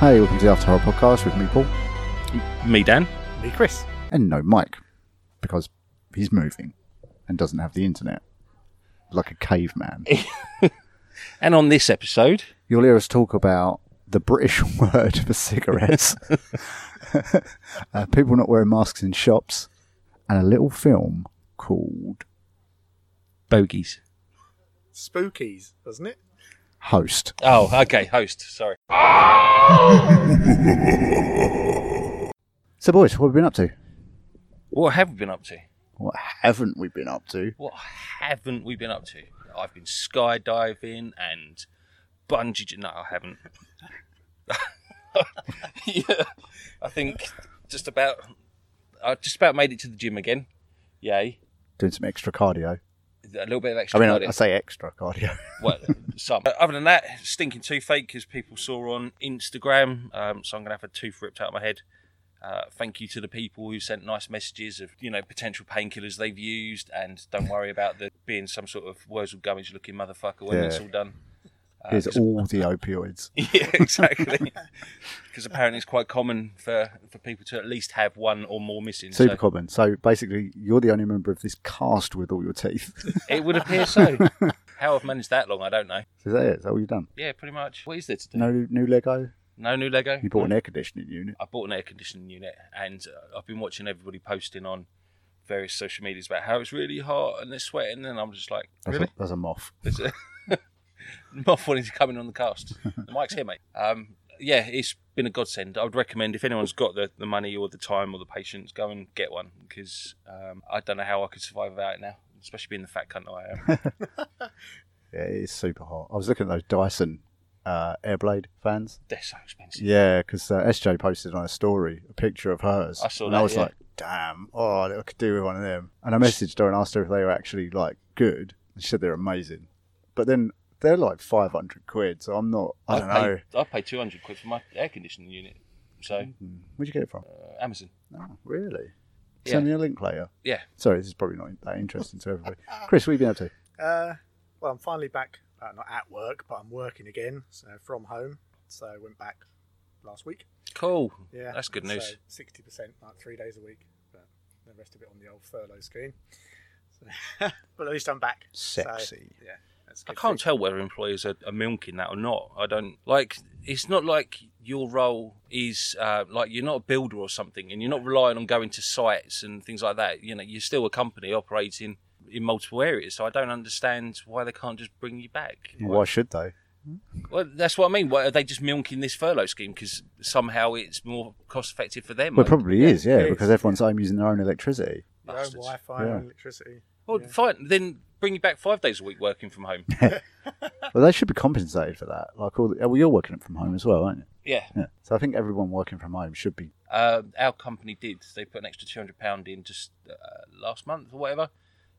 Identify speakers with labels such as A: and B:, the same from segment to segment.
A: Hey, welcome to the After Horror Podcast with me, Paul,
B: Me, Dan.
C: Me, Chris.
A: and no Mike, because he's moving and doesn't have the internet, like a caveman.
B: And on this episode,
A: You'll hear us talk about the British word for cigarettes, uh, people not wearing masks in shops, and a little film called
B: bogies.
C: Spookies, doesn't it?
A: Host.
B: Oh, okay, host. Sorry.
A: So, boys, what have we been up to?
B: What have we been up to?
A: What haven't we been up to?
B: What haven't we been up to? I've been skydiving and bungee. j- No, I haven't. yeah, I think just about. I just about made it to the gym again. Yay!
A: Doing some extra cardio.
B: A little bit of
A: I
B: extra.
A: mean, I,
B: cardio.
A: I say extra cardio.
B: well, some. But Other than that, stinking toothache, as people saw on Instagram. Um, so I'm going to have a tooth ripped out of my head. Uh, thank you to the people who sent nice messages of you know potential painkillers they've used, and don't worry about there being some sort of Wurzel Gummidge looking motherfucker when
A: Yeah.
B: it's all done. Uh,
A: Here's
B: 'cause-
A: all the opioids.
B: yeah, exactly. Because apparently it's quite common for, for people to at least have one or more missing.
A: Super
B: so
A: common. So basically, you're the only member of this cast with all your teeth.
B: it would appear so. How I've managed that long, I don't know.
A: Is that it? Is that all you've done?
B: Yeah, pretty much. What is there to do?
A: No new Lego?
B: No new Lego.
A: You bought an air conditioning unit.
B: I bought an air conditioning unit, and uh, I've been watching everybody posting on various social medias about how it's really hot and they're sweating, and I'm just like,
A: That's,
B: really?
A: a, that's a moth.
B: There's a- Moth wanting to come in on the cast. The mic's here, mate. Um, yeah, it's been a godsend. I would recommend if anyone's got the, the money or the time or the patience, go and get one because um, I don't know how I could survive without it now, especially being the fat cunt that I am.
A: Yeah, it is super hot. I was looking at those Dyson uh, Airblade fans.
B: They're so expensive.
A: Yeah, because uh, SJ posted on a story a picture of hers.
B: I saw
A: and
B: that,
A: I was
B: yeah.
A: like, damn, oh, I could do with one of them. And I messaged her and asked her if they were actually like good. And she said they're amazing. But then they're like 500 quid, so I'm not, I don't know. Mm-hmm.
B: paid, I paid 200 quid for my air conditioning unit. So,
A: Hmm. Where'd you get it from?
B: uh, Amazon.
A: Oh, really?
B: Yeah.
A: Send me a link later.
B: Yeah.
A: Sorry, this is probably not that interesting to everybody. Chris, what have you been up to?
C: Uh, well, I'm finally back. Uh, not at work, but I'm working again. So from home. So I went back last week.
B: Cool.
C: Yeah,
B: That's good news.
C: Sixty percent, like three days a week, but the rest of it on the old furlough scheme. So, but at least I'm back. So,
A: Sexy.
C: yeah, that's
B: I
C: good
B: can't
C: thing.
B: tell whether employers are, are milking that or not. I don't like. It's not like your role is uh, like you're not a builder or something, and you're not relying on going to sites and things like that. You know, you're still a company operating in multiple areas. So I don't understand why they can't just bring you back.
A: Why should they?
B: Well, that's what I mean. Why are they just milking this furlough scheme? Because somehow it's more cost effective for them.
A: Well, it probably is, yeah,
C: it is,
A: because everyone's home using their own electricity.
C: Your own
B: Bastards.
C: Wi-Fi,
A: Yeah.
C: own electricity.
B: Well, fine. Then bring you back five days a week working from home.
A: Well, they should be compensated for that. Like all, the, oh, well, you're working from home as well, aren't you?
B: yeah.
A: Yeah. So I think everyone working from home should be.
B: Uh, our company did. They put an extra two hundred pound in just uh, last month or whatever,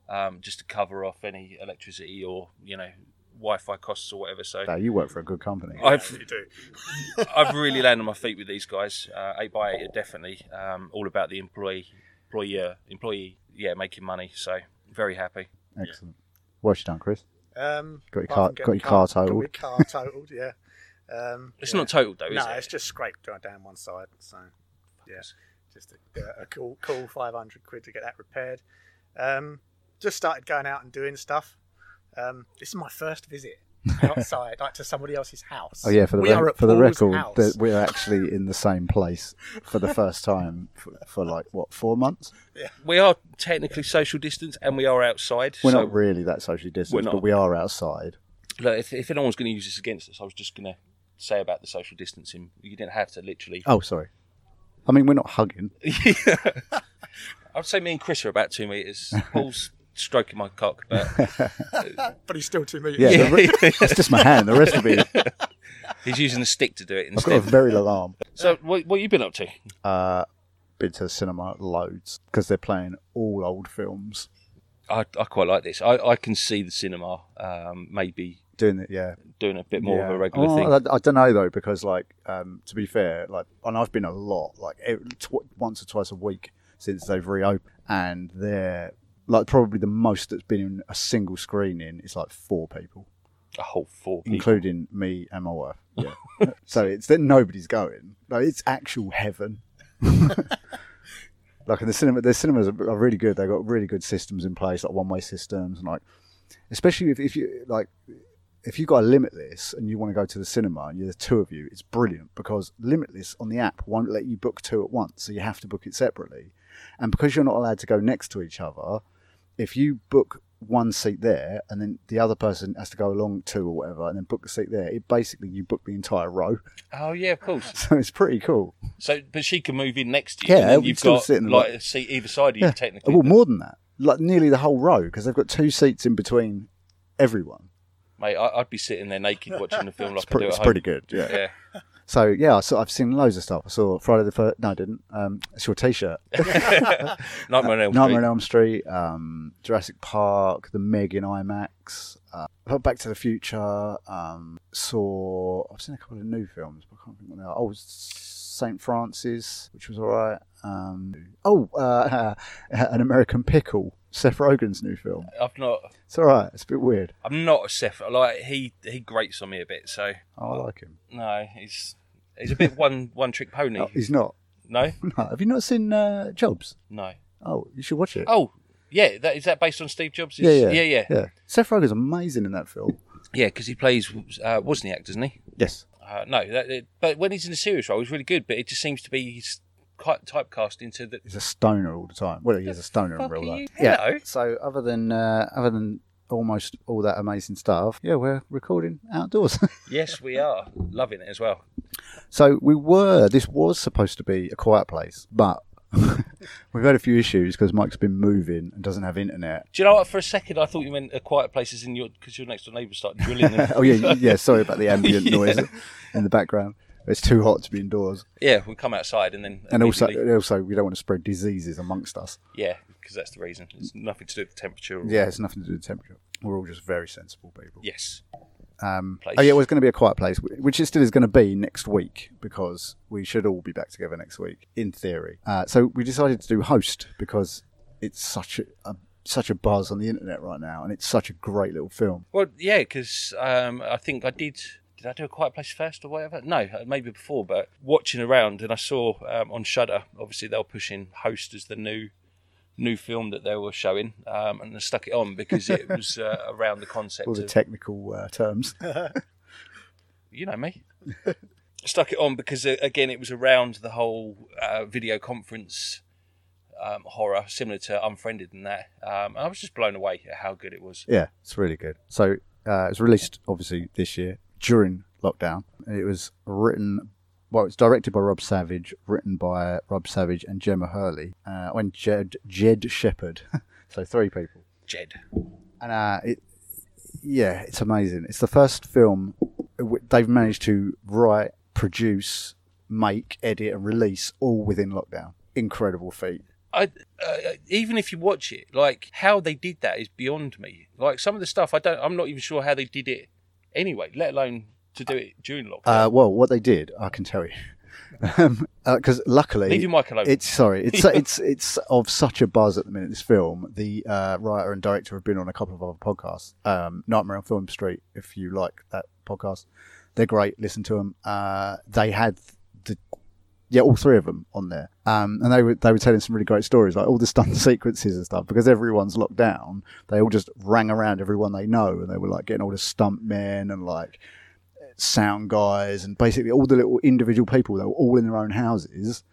B: um, just to cover off any electricity or you know Wi-Fi costs or whatever. So
A: No, uh, you work for a good
C: Oh,
A: company.
B: I've
C: You do.
B: I've really landed on my feet with these guys. Uh, eight by eight are definitely um, all about the employee, employer, employee. Yeah, making money. So very happy.
A: Excell't. What's you done, Chris?
C: Um,
A: Got your
C: apart
A: car-
C: from getting
A: got your car
C: Got
A: totaled.
C: your car totaled. Yeah. Um,
B: It's
C: yeah.
B: not total though,
C: No,
B: Oh, is it?
C: it's just scraped down- down one side. So, yeah, just a, a cool, cool 500 quid to get that repaired. Um, just started going out and doing stuff. Um, this is my first visit outside, like to somebody else's house.
A: Oh yeah, for the
C: we
A: rec-
C: are at
A: for the
C: Paul's
A: record,
C: house.
A: that we're actually in the same place for the first time for, for like what four months.
B: We are technically social distance and we are outside.
A: We're
B: so
A: not really that socially
B: We're
A: distant,
B: not.
A: but we are outside.
B: look, if, if anyone's going to use this against us, I was just going to say about the social distancing. You didn't have to literally
A: Oh, sorry. I mean, we're not hugging.
B: I'd say me and Chris are about two meters. Paul's stroking my cock, but
C: but he's still two meters.
A: Yeah, the re- that's just my hand. The rest of me, I've
B: he's using a stick to do it
A: got a
B: instead.
A: very little arm.
B: So, what, what you been up to?
A: Uh, been to the cinema loads because they're playing all old films.
B: I, I quite like this. I, I can see the cinema um, maybe
A: Doing it, yeah,
B: doing a bit more of
A: Yeah.
B: a regular
A: Oh,
B: thing.
A: I, I don't know though, because like um, to be fair, like and I've been a lot, like ev tw- once or twice a week since they've reopened, and they're like probably the most that's been in a single screening is like four people.
B: A whole four people.
A: including me and my wife. Yeah. so it's that nobody's going. No, it's actual heaven. like in the cinema, their cinemas are are really good. They've got really good systems in place, like one-way systems, and like especially if, if you like if you got a limitless and you want to go to the cinema and you're the two of you, it's brilliant because limitless on the app won't let you book two at once, so you have to book it separately. And because you're not allowed to go next to each other, if you book one seat there and then the other person has to go along two or whatever and then book the seat there, it basically you book the entire row.
B: Oh yeah, of course.
A: So it's pretty cool.
B: So, but she can move in next to you.
A: Yeah,
B: and then
A: we
B: you've
A: still
B: got
A: sit in the
B: like
A: row.
B: a seat either side of you technically.
A: Well, more than that, like nearly the whole row because they've got two seats in between everyone.
B: Mate, I, I'd be sitting there naked watching the film like
A: It's, pre-
B: I do at
A: it's
B: home.
A: pretty good. Yeah.
B: Yeah.
A: So yeah, I saw, I've seen loads of stuff. I saw Friday the first. No, I didn't. Um, it's your T-shirt.
B: Nightmare on Elm Street.
A: Nightmare on Elm Street, um, Jurassic Park, The Meg in IMAX, uh, Back to the Future. Um, saw I've seen a couple of new films, but I can't think what they are. Oh, Saint Francis, which was all right. Um, oh, uh, An American Pickle, Seth Rogen's new film.
B: I've not.
A: It's all right. It's a bit weird.
B: I'm not a Seth. Like he, he grates on me a bit. So
A: I like him.
B: no, he's he's a bit one one trick pony.
A: No, he's not.
B: No,
A: No, have you not seen uh, Jobs?
B: no.
A: Oh, you should watch it.
B: Oh, yeah. That is that based on Steve Jobs?
A: yeah, yeah,
B: yeah, yeah.
A: yeah. Seth Rogen's amazing in that film.
B: Yeah, because he plays uh, Wozniak, doesn't he?
A: Yes.
B: Uh, no, that, it- but when he's in a serious role, he's really good. But it just seems to be he's quite typecast into the.
A: he's a stoner all the time. Well, he is a stoner in
B: fuck
A: real
B: are you?
A: life.
B: Hello.
A: Yeah. So other than uh, other than almost all that amazing stuff, yeah, we're recording outdoors.
B: Yes, we are loving it as well.
A: so we were. This was supposed to be a quiet place, but we've had a few issues because Mike's been moving and doesn't have internet.
B: Do you know what? For a second, I thought you meant a quiet place is in your because your next door neighbours start drilling. Them.
A: Oh yeah, yeah. Sorry about the ambient noise in the background. It's too hot to be indoors,
B: yeah, we come outside and then
A: and also,
B: immediately-
A: also we don't want to spread diseases amongst us.
B: yeah, because that's the reason. It's nothing to do with the temperature. Or,
A: Yeah, it's nothing to do with temperature. We're all just very sensible people.
B: Yes.
A: Um,
B: Place.
A: oh yeah, well, it's going to be a quiet place, wh- which it still is going to be next week because we should all be back together next week in theory. Uh, so we decided to do host because it's such a, a such a buzz on the internet right now, and it's such a great little film.
B: Well, yeah, because um, I think I did. Did I do a quiet place first or whatever? No, uh, maybe before. But watching around, and I saw um, on Shudder. Obviously, they were pushing Host as the new new film that they were showing, um, and I stuck it on because it was uh, around the concept
A: All the
B: of
A: technical uh, terms.
B: you know me. Stuck it on because uh, again, it was around the whole uh, video conference um, horror, similar to Unfriended and that. Um, and I was just blown away at how good it was.
A: Yeah, it's really good. So uh, it was released obviously this year during lockdown. It was written, well, it's directed by Rob Savage, written by Rob Savage and Gemma Hurley, uh, when Jed Jed Shepherd. so three people.
B: Jed,
A: and uh, it, yeah, it's amazing. It's the first film w- they've managed to write, produce, make, edit, and release all within lockdown. Incredible feat.
B: I, uh, even if you watch it, like how they did that is beyond me. Like some of the stuff, I don't, I'm not even sure how they did it anyway, let alone to do it during lockdown.
A: Uh, well, what they did, I can tell you, because luckily,
B: Leave your mic alone.
A: it's sorry, it's it's it's of such a buzz at the minute. This film, the uh, writer and director have been on a couple of other podcasts. Um, Nightmare on Film Street, if you like that podcast, they're great. Listen to them. Uh, they had the yeah, all three of them on there, um, and they were they were telling some really great stories, like all the stunt sequences and stuff. Because everyone's locked down, they all just rang around everyone they know, and they were like getting all the stunt men and like sound guys and basically all the little individual people they were all in their own houses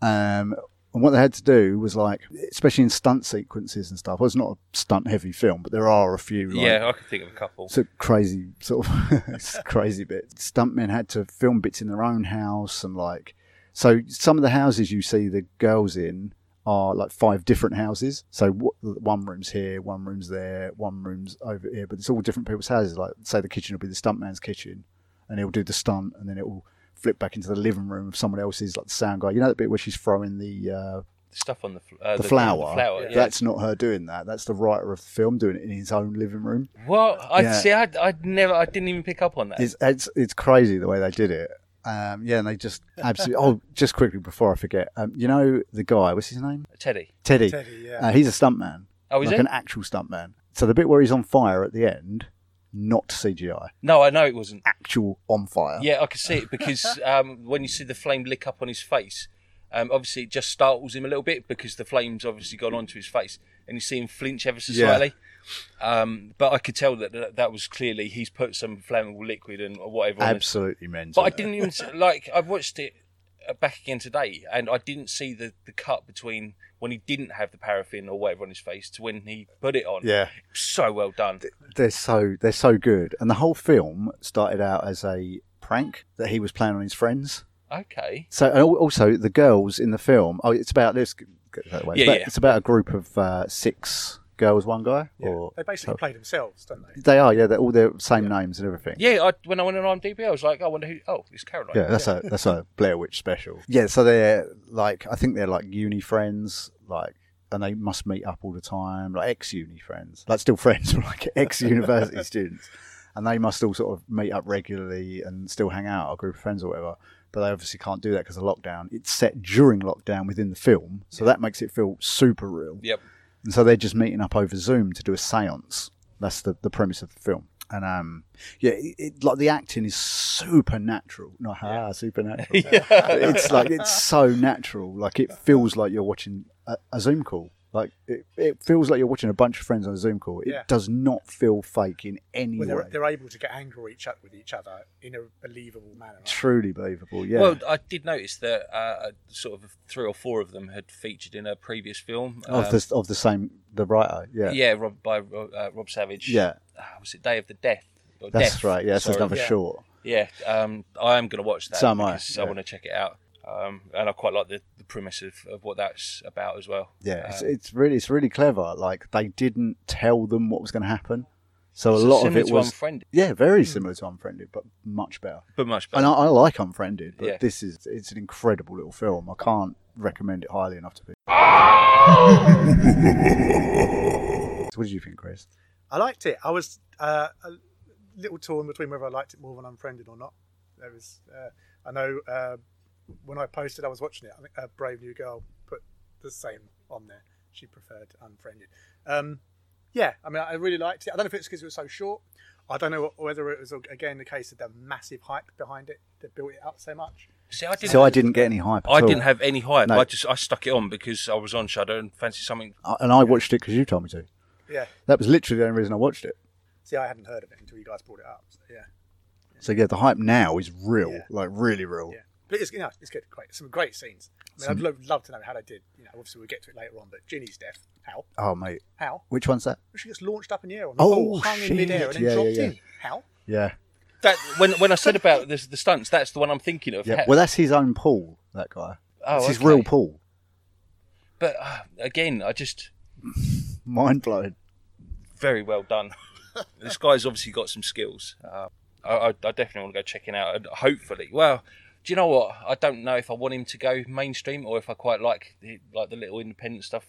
A: um, and what they had to do was like especially in stunt sequences and stuff well it's not a stunt heavy film but there are a few like,
B: yeah, I can think of a couple.
A: sort of crazy sort of crazy bit stuntmen had to film bits in their own house and like so some of the houses you see the girls in are like five different houses so wh- one room's here one room's there one room's over here but it's all different people's houses like say the kitchen will be the stuntman's kitchen and he'll do the stunt and then it will flip back into the living room of someone else's like the sound guy you know that bit where she's throwing the uh,
B: The stuff on the, fl- uh,
A: the, flower,
B: The flower. Yeah.
A: that's not her doing that that's the writer of the film doing it in his own living room
B: Well, I
A: Yeah.
B: see. I, I never. I didn't even pick up on that.
A: It's it's it's crazy the way they did it. Um, yeah, and they just absolutely. oh, just quickly before I forget, um, you know the guy, what's his name?
B: Teddy.
A: Teddy.
C: Teddy, yeah.
A: Uh, he's a stuntman,
B: Oh, is
A: like
B: it?
A: an actual stuntman. So the bit where he's on fire at the end, not CGI,
B: No, I know it wasn't.
A: actual on fire.
B: Yeah, I could see it because um, when you see the flame lick up on his face, um, obviously it just startles him a little bit because the flame's obviously gone onto his face, and you see him flinch ever so
A: Yeah.
B: slightly. Um, but I could tell that, that that was clearly he's put some flammable liquid and whatever. on his
A: absolutely mental.
B: But I didn't even s- like. I watched it uh, back again today, and I didn't see the the cut between when he didn't have the paraffin or whatever on his face to when he put it on.
A: Yeah,
B: so well done.
A: they're so they're so good, and the whole film started out as a prank that he was playing on his friends.
B: Okay.
A: So and al- also the girls in the film. Oh, it's about this. That way.
B: Yeah,
A: but
B: yeah.
A: It's about a group of uh, six girls, one guy.
B: Yeah.
A: Or
C: They basically play themselves, don't they?
A: they are. Yeah, they're all the same names and everything.
B: Yeah, I, when I went on IMDb, I was like, I wonder who. Oh, it's Caroline.
A: Yeah, that's a that's a Blair Witch special. Yeah, so they're like I think they're like uni friends, like and they must meet up all the time, like ex uni friends. Like still friends, but like ex university students. And they must all sort of meet up regularly and still hang out, a group of friends or whatever. But they obviously can't do that because of lockdown. It's set during lockdown within the film, so that makes it feel super real.
B: Yep.
A: And so they're just meeting up over Zoom to do a séance. That's the, the premise of the film. And um, yeah, it, it, like the acting is supernatural. Not ha, supernatural. It's like it's so natural. Like it feels like you're watching a, a Zoom call. Like it, it feels like you're watching a bunch of friends on a Zoom call. It
C: Yeah.
A: does not feel fake in any
C: Well,
A: way.
C: they're, they're able to get angry each other with each other in a believable manner. right?
A: Truly believable. Yeah.
B: Well, I did notice that uh, sort of three or four of them had featured in a previous film.
A: of
B: Um,
A: the of the same the writer. Oh, Yeah.
B: yeah, Rob by Rob- uh, Rob Savage.
A: Yeah.
B: uh, was it Day of the Death? Or
A: That's
B: Death,
A: right. Yeah, that's
B: sorry.
A: another
C: Yeah.
A: short.
B: Yeah, um, I am going to watch that.
A: So am I,
B: because
A: yeah.
B: want to check it out, um, and I quite like the, the premise of, of what that's about as well.
A: Yeah, it's,
B: Um,
A: it's really it's really clever. Like they didn't tell them what was going to happen, so a
B: so
A: lot of
B: similar
A: it
B: to
A: was
B: Unfriended,
A: yeah, very similar to Unfriended, but much better.
B: but much better.
A: And I, I like Unfriended, but
B: Yeah.
A: this is it's an incredible little film. I can't recommend it highly enough to people. so what did you think, Chris?
C: I liked it. I was uh, a little torn between whether I liked it more than Unfriended or not. There was, uh, I know uh, when I posted, I was watching it. I think a brave new girl put the same on there. She preferred Unfriended. Um, yeah, I mean, I really liked it. I don't know if it's because it was so short. I don't know whether it was again the case of the massive hype behind it that built it up so much.
B: See, I didn't.
A: So I didn't get any hype. At
B: I
A: all.
B: didn't have any hype.
A: No.
B: I just I stuck it on because I was on Shadow and fancied something.
A: I- and I watched it because you told me to.
C: Yeah.
A: That was literally the only reason I watched it.
C: See, I hadn't heard of it until you guys brought it up. So, yeah.
A: So yeah, the hype now is real,
C: Yeah.
A: like really real.
C: Yeah, but it's you know it's good, great, some great scenes. I mean, I'd lo- love to know how they did. You know, obviously we'll get to it later on, but Ginny's death, how,
A: Oh mate,
C: how?
A: which one's that?
C: She gets launched up in the air on the
A: Oh,
C: pole, hung in midair,
A: shit.
C: and then
A: Yeah,
C: dropped
A: yeah, yeah.
C: in. How?
A: Yeah,
B: That when when I said about the, the stunts, that's the one I'm thinking of.
A: yeah.
B: How-
A: Well, that's his own pool. That guy.
B: Oh,
A: it's his
B: okay.
A: real pool.
B: But uh, again, I just
A: Mind blowing.
B: very well done. this guy's obviously got some skills. Uh, I, I, I definitely want to go check him out. and Hopefully, well, do you know what? I don't know if I want him to go mainstream or if I quite like the, like the little independent stuff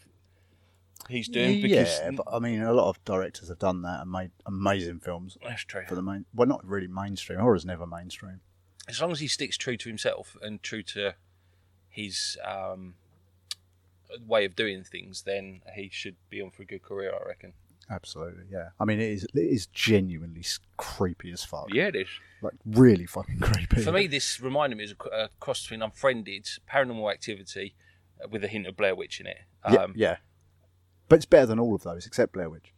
B: he's doing. Because
A: yeah, but I mean, a lot of directors have done that and made amazing films
B: that's true.
A: for the main. Well, not really mainstream. Horror's never mainstream.
B: As long as he sticks true to himself and true to his um, way of doing things, then he should be on for a good career. I reckon.
A: Absolutely, yeah. I mean, it is it is genuinely s- creepy as fuck.
B: Yeah, it is.
A: Like really fucking creepy.
B: For me, this reminded me of a cr- a cross between Unfriended, Paranormal Activity, uh, with a hint of Blair Witch in it.
A: yeah,
B: Um,
A: yeah. But it's better than all of those except Blair Witch.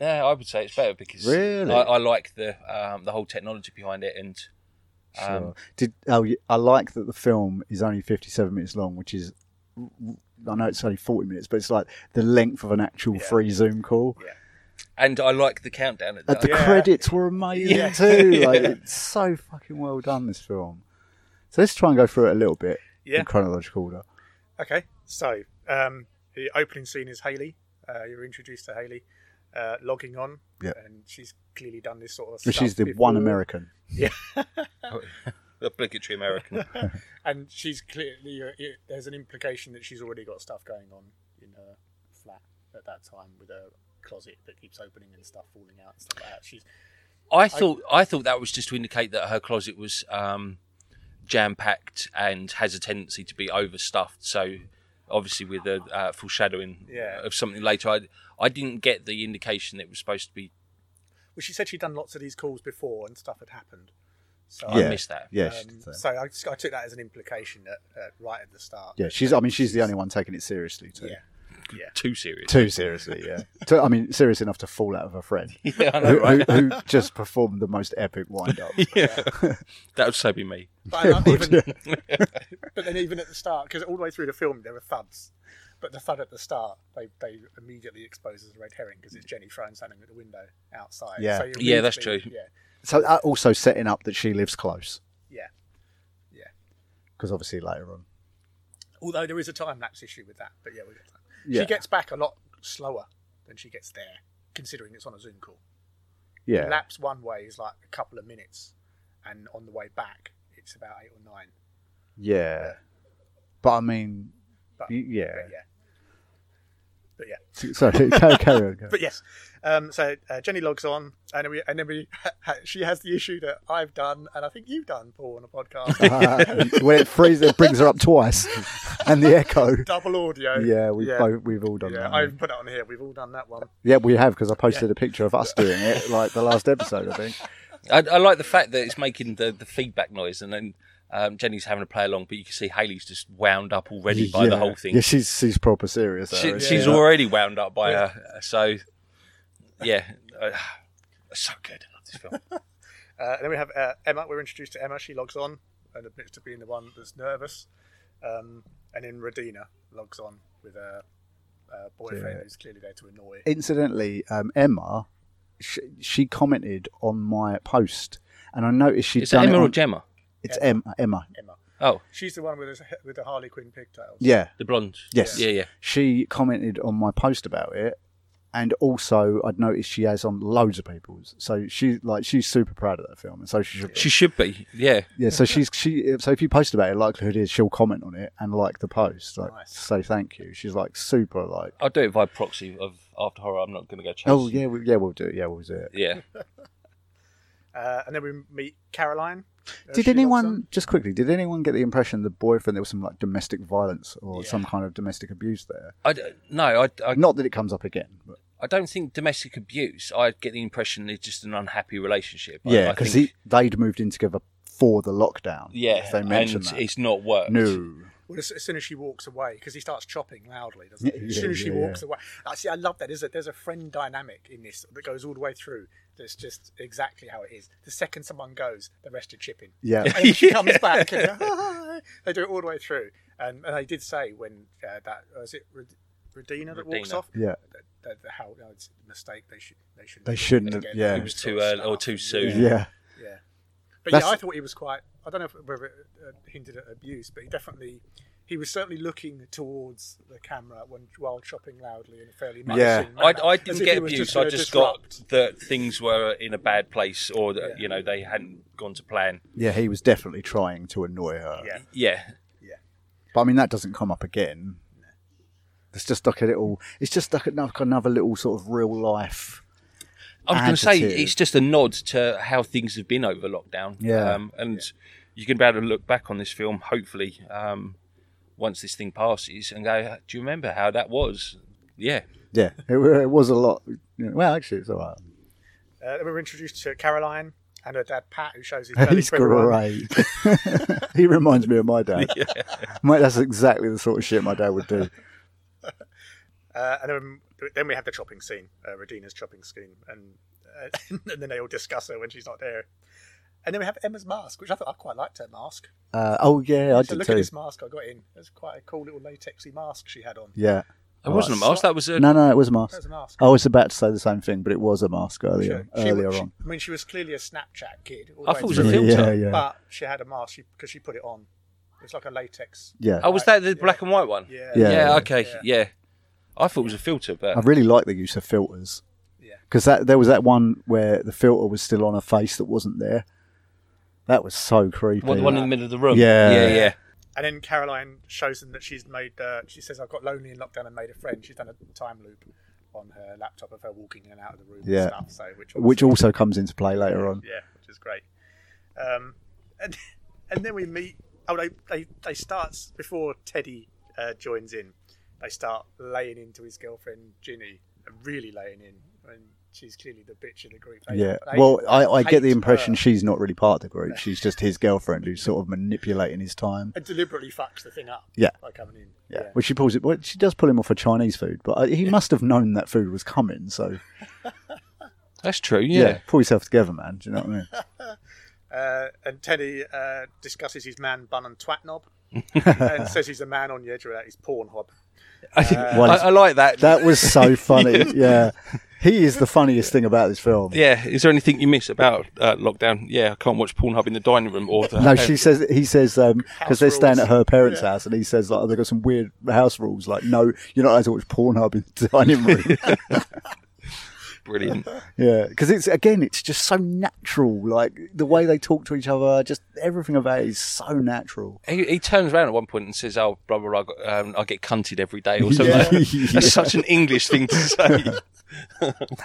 B: yeah, I would say it's better because
A: Really?
B: I, I like the um, the whole technology behind it, and
A: Sure.
B: um,
A: Did oh, y- I like that the film is only fifty-seven minutes long, which is. I know it's only forty minutes, but it's like the length of an actual free Zoom call.
B: and I like the countdown at the,
A: And the
C: Yeah.
A: credits were amazing
B: Yeah.
A: too. Like,
B: Yeah.
A: It's so fucking well done, this film. So let's try and go through it a little bit
C: Yeah.
A: in chronological order.
C: Okay, so um, the opening scene is Haley. Uh, you're introduced to Haley uh, logging on,
A: Yeah.
C: and she's clearly done this sort of.
A: Which
C: stuff
A: is the one
C: before.
A: American.
B: obligatory American.
C: and she's clearly uh, it, there's an implication that she's already got stuff going on in her flat at that time with a closet that keeps opening and stuff falling out and stuff like that. She's
B: I thought I thought that was just to indicate that her closet was um, jam packed and has a tendency to be overstuffed. So obviously, with the uh, foreshadowing
C: Yeah.
B: of something later, I I didn't get the indication that it was supposed to be
C: Well, she said she'd done lots of these calls before and stuff had happened. So
B: I
A: Yeah.
B: missed that.
A: Yeah, she
C: um,
A: did say.
C: so I, just- I took that as an implication that uh, right at the start.
A: yeah, she's. I mean, she's the only one taking it seriously too.
C: Yeah. Yeah.
B: Too serious.
A: Too seriously, yeah. To- I mean, serious enough to fall out of a friend
B: yeah, I know,
A: who, who,
B: right?
A: who just performed the most epic wind up.
B: yeah. that would so be me.
C: But, and I'm even, but then even at the start, because all the way through the film there were thuds, but the thud at the start they, they immediately expose as a red herring because it's Jenny throwing something at the window outside.
A: Yeah.
C: So you
B: Yeah, that's
C: immediately-
B: true.
C: Yeah,
A: So that also setting up that she lives close
C: yeah.
A: because obviously later on,
C: Although there is a time lapse issue with that, but yeah, we get time.
A: yeah,
C: she gets back a lot slower than she gets there, considering it's on a Zoom call.
A: yeah,
C: Lapse one way is like a couple of minutes, and on the way back it's about eight or nine.
A: yeah. But I mean,
C: But-
A: y- yeah.
C: But yeah. But yeah.
A: Sorry, ca- carry on. Go.
C: But yes, um, so uh, Jenny logs on, and then we, and then we, she has the issue that I've done, and I think you've done, Paul, on a podcast.
A: when it freezes, it brings her up twice, and the echo.
C: Double audio.
A: Yeah, we've
C: Uh, yeah,
A: both we've all done
C: yeah.
A: that.
C: I even put it on here. We've all done that one.
A: yeah, we have because I posted a picture of us doing it, like the last episode, I think.
B: I, I like the fact that it's making the, the feedback noise and then um, Jenny's having to play along, but you can see Haley's just wound up already by the
A: Yeah.
B: whole thing.
A: Yeah, she's she's proper serious.
B: She,
A: though,
B: She's
A: yeah.
B: already wound up by
C: Yeah.
B: her. So, yeah. Uh, so good. I love this film.
C: Uh, and then we have uh, Emma. We're introduced to Emma. She logs on and admits to being the one that's nervous. Um, and then Radina logs on with a, a boyfriend
A: Yeah.
C: who's clearly there to annoy.
A: Incidentally, um, Emma, she, she commented on my post, and I noticed she'd
B: Is that
A: done
B: Emma
A: it.
B: or
A: on-
B: Gemma?
A: it's Emma. Emma.
C: Emma.
B: Oh,
C: She's the one with his, with the Harley Quinn pigtails.
A: Yeah.
B: the blonde.
A: Yes.
B: Yeah, yeah.
A: She commented on my post about it, and also I'd noticed she has on loads of people's. So she's like she's super proud of that film, and so she should. Be.
B: She should be. Yeah.
A: Yeah, so she's she. So if you post about it, likelihood is she'll comment on it and like the post, like
C: Nice.
A: say thank you. She's like super like.
B: I'll do it by proxy of After Horror. I'm not going to go chase.
A: Oh yeah, we, yeah, we'll do it. Yeah, we'll do it.
B: Yeah.
C: Uh, and then we meet Caroline. Uh,
A: Did
C: she logs
A: anyone
C: on.
A: just quickly? Did anyone get the impression the boyfriend there was some like domestic violence or
C: Yeah.
A: some kind of domestic abuse there?
B: I d no, I, I,
A: Not that it comes up again. But,
B: I don't think domestic abuse. I get the impression it's just an unhappy relationship. I-
A: yeah,
B: I
A: because
B: think-
A: they'd moved in together for the lockdown.
B: yeah,
A: if they mentioned
B: and
A: that.
B: it's not worked.
A: no,
C: Well, as, as soon as she walks away, because he starts chopping loudly, doesn't he?
A: Yeah,
C: As soon as
A: yeah,
C: she
A: yeah.
C: walks away, I see. I love that. There's a there's a friend dynamic in this that goes all the way through. That's just exactly how it is. The second someone goes, the rest are chipping.
A: yeah,
C: And then she comes back. And, "Hi." they do it all the way through. And and they did say when uh, that was it Rad- Radina that walks
B: Radina.
C: off.
A: yeah.
C: That, that, that how no, it's a mistake. They should they shouldn't.
A: They
C: have
A: shouldn't
C: together.
A: have- yeah.
C: All
A: It
B: was
C: this
B: too
C: sort of
B: early or
C: stuff.
B: too soon.
A: yeah.
C: Yeah. But
A: That's-
C: yeah, I thought he was quite. I don't know if whether it uh, hinted at abuse, but he definitely he was certainly looking towards the camera when while chopping loudly in a fairly menacing
A: Yeah.
B: I,
C: manner,
B: I
C: as
B: didn't
C: if
B: get
C: he was
B: abused. I
C: gonna
B: just
C: disrupt.
B: got that things were in a bad place, or that
C: Yeah.
B: you know they hadn't gone to plan.
A: Yeah, he was definitely trying to annoy her.
C: Yeah.
B: Yeah,
A: But I mean, that doesn't come up again. It's just like a little. It's just like another, another little sort of real life.
B: I was going to say
A: Adjective.
B: it's just a nod to how things have been over lockdown.
A: Yeah.
B: um, and you can be able to look back on this film, hopefully, um, once this thing passes, and go, "Do you remember how that was?" Yeah,
A: Yeah, it, wa- it was a lot. you know, Well, actually, it's all right.
C: Uh, then we were introduced to Caroline and her dad Pat, who shows his belly
A: He's
C: for everyone.
A: great. he reminds me of my dad. Mate, that's exactly the sort of shit my dad would do.
C: Uh, and then then we have the chopping scene, uh, Radina's chopping scene, and uh, and then they all discuss her when she's not there. And then we have Emma's mask, which I thought I quite liked her mask.
A: Uh, oh yeah, I
C: so
A: did
C: look
A: too.
C: at this mask I got in. It's quite a cool little latexy mask she had on.
A: Yeah,
B: it wasn't a mask. That was a
A: no, no, it was a
C: That was
A: mask.
C: a mask.
A: I was about to say the same thing, but it was a mask earlier,
C: Sure. She-
A: earlier
C: she-
A: on.
C: I mean, she was clearly a Snapchat kid. all
B: I
C: the
B: thought it
C: way
B: was a
C: through,
B: filter.
A: Yeah, yeah,
C: But she had a mask because she, put it on. It's like a latex.
A: yeah.
B: Oh, was that the black and white one?
C: Yeah.
A: Yeah.
B: Yeah. okay. Yeah. I thought it was a filter, but
A: I really like the use of filters.
C: Yeah.
A: Because that there was that one where the filter was still on a face that wasn't there. That was so creepy.
B: one, the one in the middle of the room.
A: Yeah.
B: yeah, yeah.
C: And then Caroline shows them that she's made. Uh, she says, "I've got lonely in lockdown and made a friend." She's done a time loop on her laptop of her walking in and out of the room
A: Yeah.
C: and stuff. So, which
A: which
C: obviously-
A: also comes into play later on.
C: yeah, which is great. Um, and and then we meet. Oh, they they they start before Teddy uh, joins in. They start laying into his girlfriend Ginny, and really laying in. And she's clearly the bitch of the group.
A: yeah. Well, I, I get the
C: hate
A: impression
C: her.
A: she's not really part of the group. She's just his girlfriend who's sort of manipulating his time.
C: and deliberately fucks the thing up.
A: Yeah.
C: by coming in.
A: Yeah. Well, she pulls it. Well, she does pull him off for Chinese food, but uh, he must have known that food was coming. So
B: That's true.
A: yeah.
B: Yeah.
A: pull yourself together, man. Do you know what I mean?
C: Uh, and Teddy uh, discusses his man bun and twat knob, and says he's a man on the edge without his porn hob.
B: I,
A: Well,
B: I, like that.
A: That was so funny. yeah. He is the funniest thing about this film.
B: Yeah. Is there anything you miss about uh, lockdown? Yeah, I can't watch Pornhub in the dining room or the
A: No, she says he says because
C: House
A: they're staying
C: rules.
A: at her parents' house, and he says like they've got some weird house rules. Like, no, you're not allowed to watch Pornhub in the dining room.
B: brilliant.
A: yeah, because it's again, it's just so natural. Like the way they talk to each other, just everything about it is so natural.
B: He, he turns around at one point and says, "Oh, blah blah, blah I, um, I get cunted every day or something."
A: Yeah.
B: like that. That's such an English thing to say.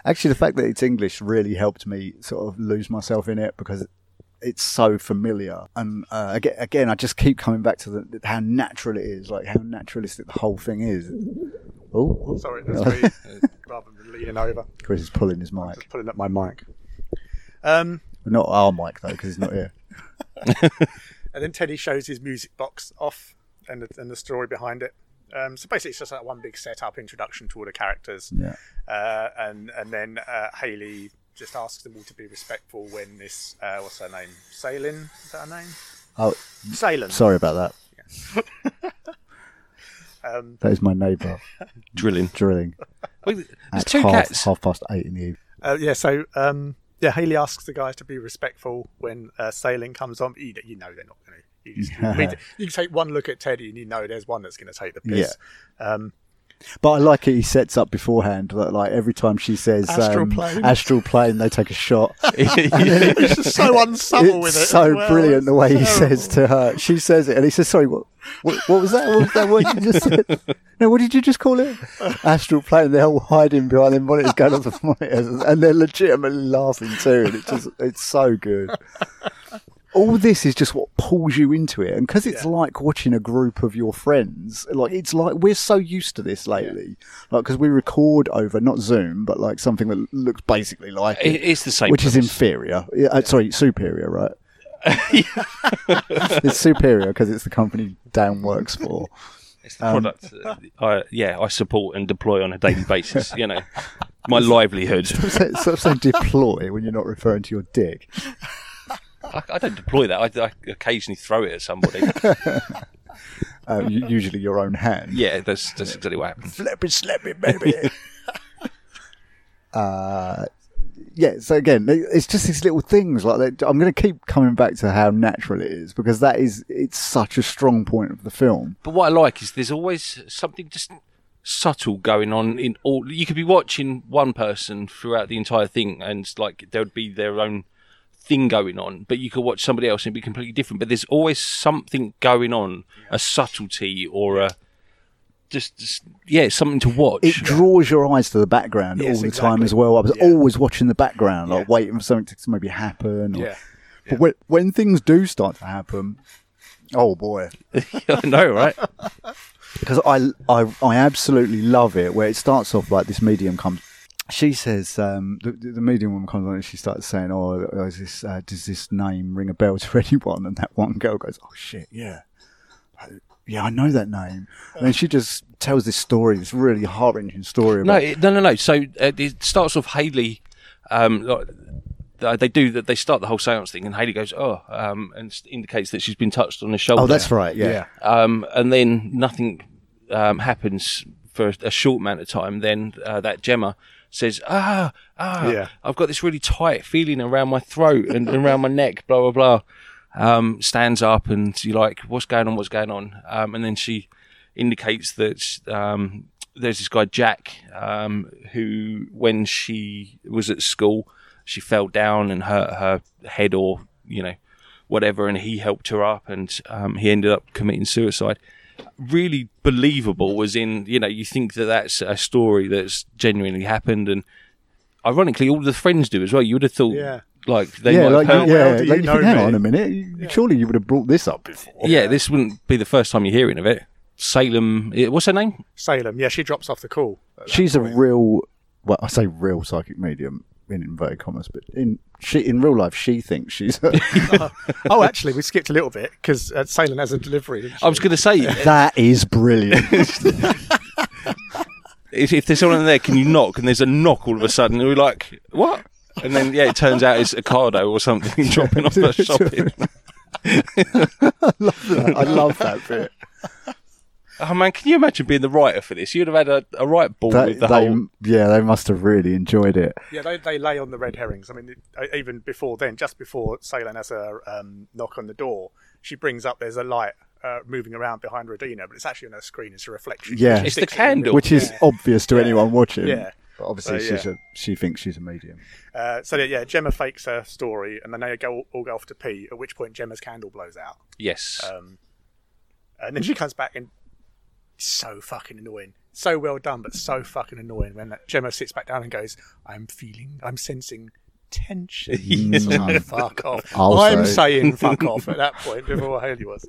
A: Actually, the fact that it's English really helped me sort of lose myself in it because it's so familiar. And uh, aga- again, I just keep coming back to the, how natural it is, like how naturalistic the whole thing is. Oh,
C: Sorry, that's me. rather than leaning over,
A: Chris is pulling his mic.
C: just pulling up my mic. Um,
A: Not our mic though, because he's not here.
C: and then Teddy shows his music box off and the, and the story behind it. Um, so basically, it's just like one big setup, introduction to all the characters,
A: Yeah.
C: uh, and and then uh, Haley just asks them all to be respectful when this uh, what's her name, Salen, is that her name?
A: Oh,
C: Salen.
A: sorry about that.
C: Um,
A: That is my neighbour
B: Drilling.
A: drilling
B: Wait, there's
A: at
B: two
A: half,
B: cats.
A: half past eight in the evening.
C: uh, yeah, so um, yeah, Haley asks the guys to be respectful when uh, Salen comes on. You, you know they're not going to. You, just, you, read- you take one look at Teddy and you know there's one that's going to take the piss. Um,
A: But I like it. He sets up beforehand that like every time she says
C: Astral
A: um,
C: plane.
A: astral plane, they take a shot.
C: it's just so unsubtle with
A: it's
C: it. as
A: so
C: well.
A: brilliant the way he
C: It's
A: says to her. She says it, and he says, "Sorry, what? What, what was that? What was that word you just said? No, what did you just call it? Astral plane." They're all hiding behind their monitors, going off the monitors, and they're legitimately laughing too. And it just—it's so good. All this is just what pulls you into it, and because it's
C: Yeah.
A: like watching a group of your friends. Like it's like we're so used to this lately, like because we record over not Zoom, but like something that looks basically like
B: It- it's the same.
A: which is
B: premise.
A: inferior. Yeah, uh, sorry, superior, right? it's superior because it's the company Dan works for.
B: It's
A: um,
B: the product. that I, yeah, I support and deploy on a daily basis. You know, my livelihood.
A: So, so, so deploy when you're not referring to your dick.
B: I, I don't deploy that. I, I occasionally throw it at somebody.
A: Um, u- usually your own hand.
B: yeah, that's that's exactly what happens.
A: Flip it, slap it, baby. uh, yeah, so again, it's just these little things like that. I'm going to keep coming back to how natural it is because that is, it's such a strong point of the film.
B: But what I like is there's always something just subtle going on in all. You could be watching one person throughout the entire thing, and like there would be their own thing going on, but you could watch somebody else and it'd be completely different. But there's always something going on, a subtlety or a just, just yeah, something to watch.
A: it draws your eyes to the background
C: Yes,
A: all the time
C: exactly.
A: as well. I was
C: Yeah.
A: always watching the background, like
C: Yeah.
A: waiting for something to maybe happen. Or,
C: Yeah.
A: But when, when things do start to happen, oh boy,
B: I know, right?
A: because I, I I absolutely love it where it starts off like this medium comes. She says um, the, the medium woman comes on and she starts saying, "Oh, is this, uh, does this name ring a bell to anyone?" And that one girl goes, "Oh shit, yeah, Oh, yeah, I know that name." And then she just tells this story, this really heart wrenching story. About
B: No, it, no, no, no. So uh, it starts off Haley. Um, like, uh, they do that. They start the whole seance thing, and Haley goes, "Oh," um, and s- indicates that she's been touched on the shoulder.
A: oh, that's right, yeah.
B: Um, and then nothing um, happens for a short amount of time. Then uh, that Gemma says, "Ah, ah,
C: Yeah.
B: I've got this really tight feeling around my throat and around my neck." Blah blah blah. Um, stands up and you like, "What's going on? What's going on?" Um, and then she indicates that um, there's this guy Jack um, who, when she was at school, she fell down and hurt her head or you know whatever, and he helped her up, and um, he ended up committing suicide. Really believable was in you know you think that that's a story that's genuinely happened, and ironically all the friends do as well. You would have thought
C: Yeah.
B: like they
A: yeah,
B: might
A: like,
B: have heard-
A: you- yeah,
C: well do
A: like
C: you
A: you think,
C: know
A: hang
C: me?"
A: on a minute. you- Surely you would have brought this up before.
B: yeah, this wouldn't be the first time you're hearing of it. Salem, eh, what's her name?
C: Salem, yeah, she drops off the call.
A: She's a real well, I say real psychic medium in inverted commas, but in she in real life, she thinks she's.
C: oh, actually, we skipped a little bit because uh, Salem has a delivery. didn't she?
B: I was going to say,
A: that is brilliant.
B: if, if there's someone there, can you knock? And there's a knock all of a sudden, and we're like, what? And then yeah, it turns out it's a cardo or something dropping off us shopping.
A: I love that bit.
B: Oh man, can you imagine being the writer for this? You'd have had a, a right ball
A: That-
B: with the
A: they,
B: whole.
A: yeah, they must have really enjoyed it.
C: Yeah, they, they lay on the red herrings. I mean, it- even before then, just before Salen has a um, knock on the door, she brings up there's a light uh, moving around behind Rodina, but it's actually on her screen. It's a reflection.
A: Yeah.
C: She
A: It's
B: the
C: sticks it in
B: candle.
C: middle.
A: Which is obvious to anyone watching.
C: Yeah.
A: But obviously,
C: So,
A: she's
C: yeah.
A: a, she thinks she's a medium.
C: Uh, so yeah, yeah, Gemma fakes her story, and then they go all go off to pee. At which point, Gemma's candle blows out,
B: Yes.
C: um, and then she comes back and it's so fucking annoying. So well done, but so fucking annoying when that Gemma sits back down and goes, "I'm feeling, I'm sensing tension."
A: Mm.
C: It's like, fuck off.
A: I'll
C: I'm
A: say.
C: saying fuck off at that point before Haley was.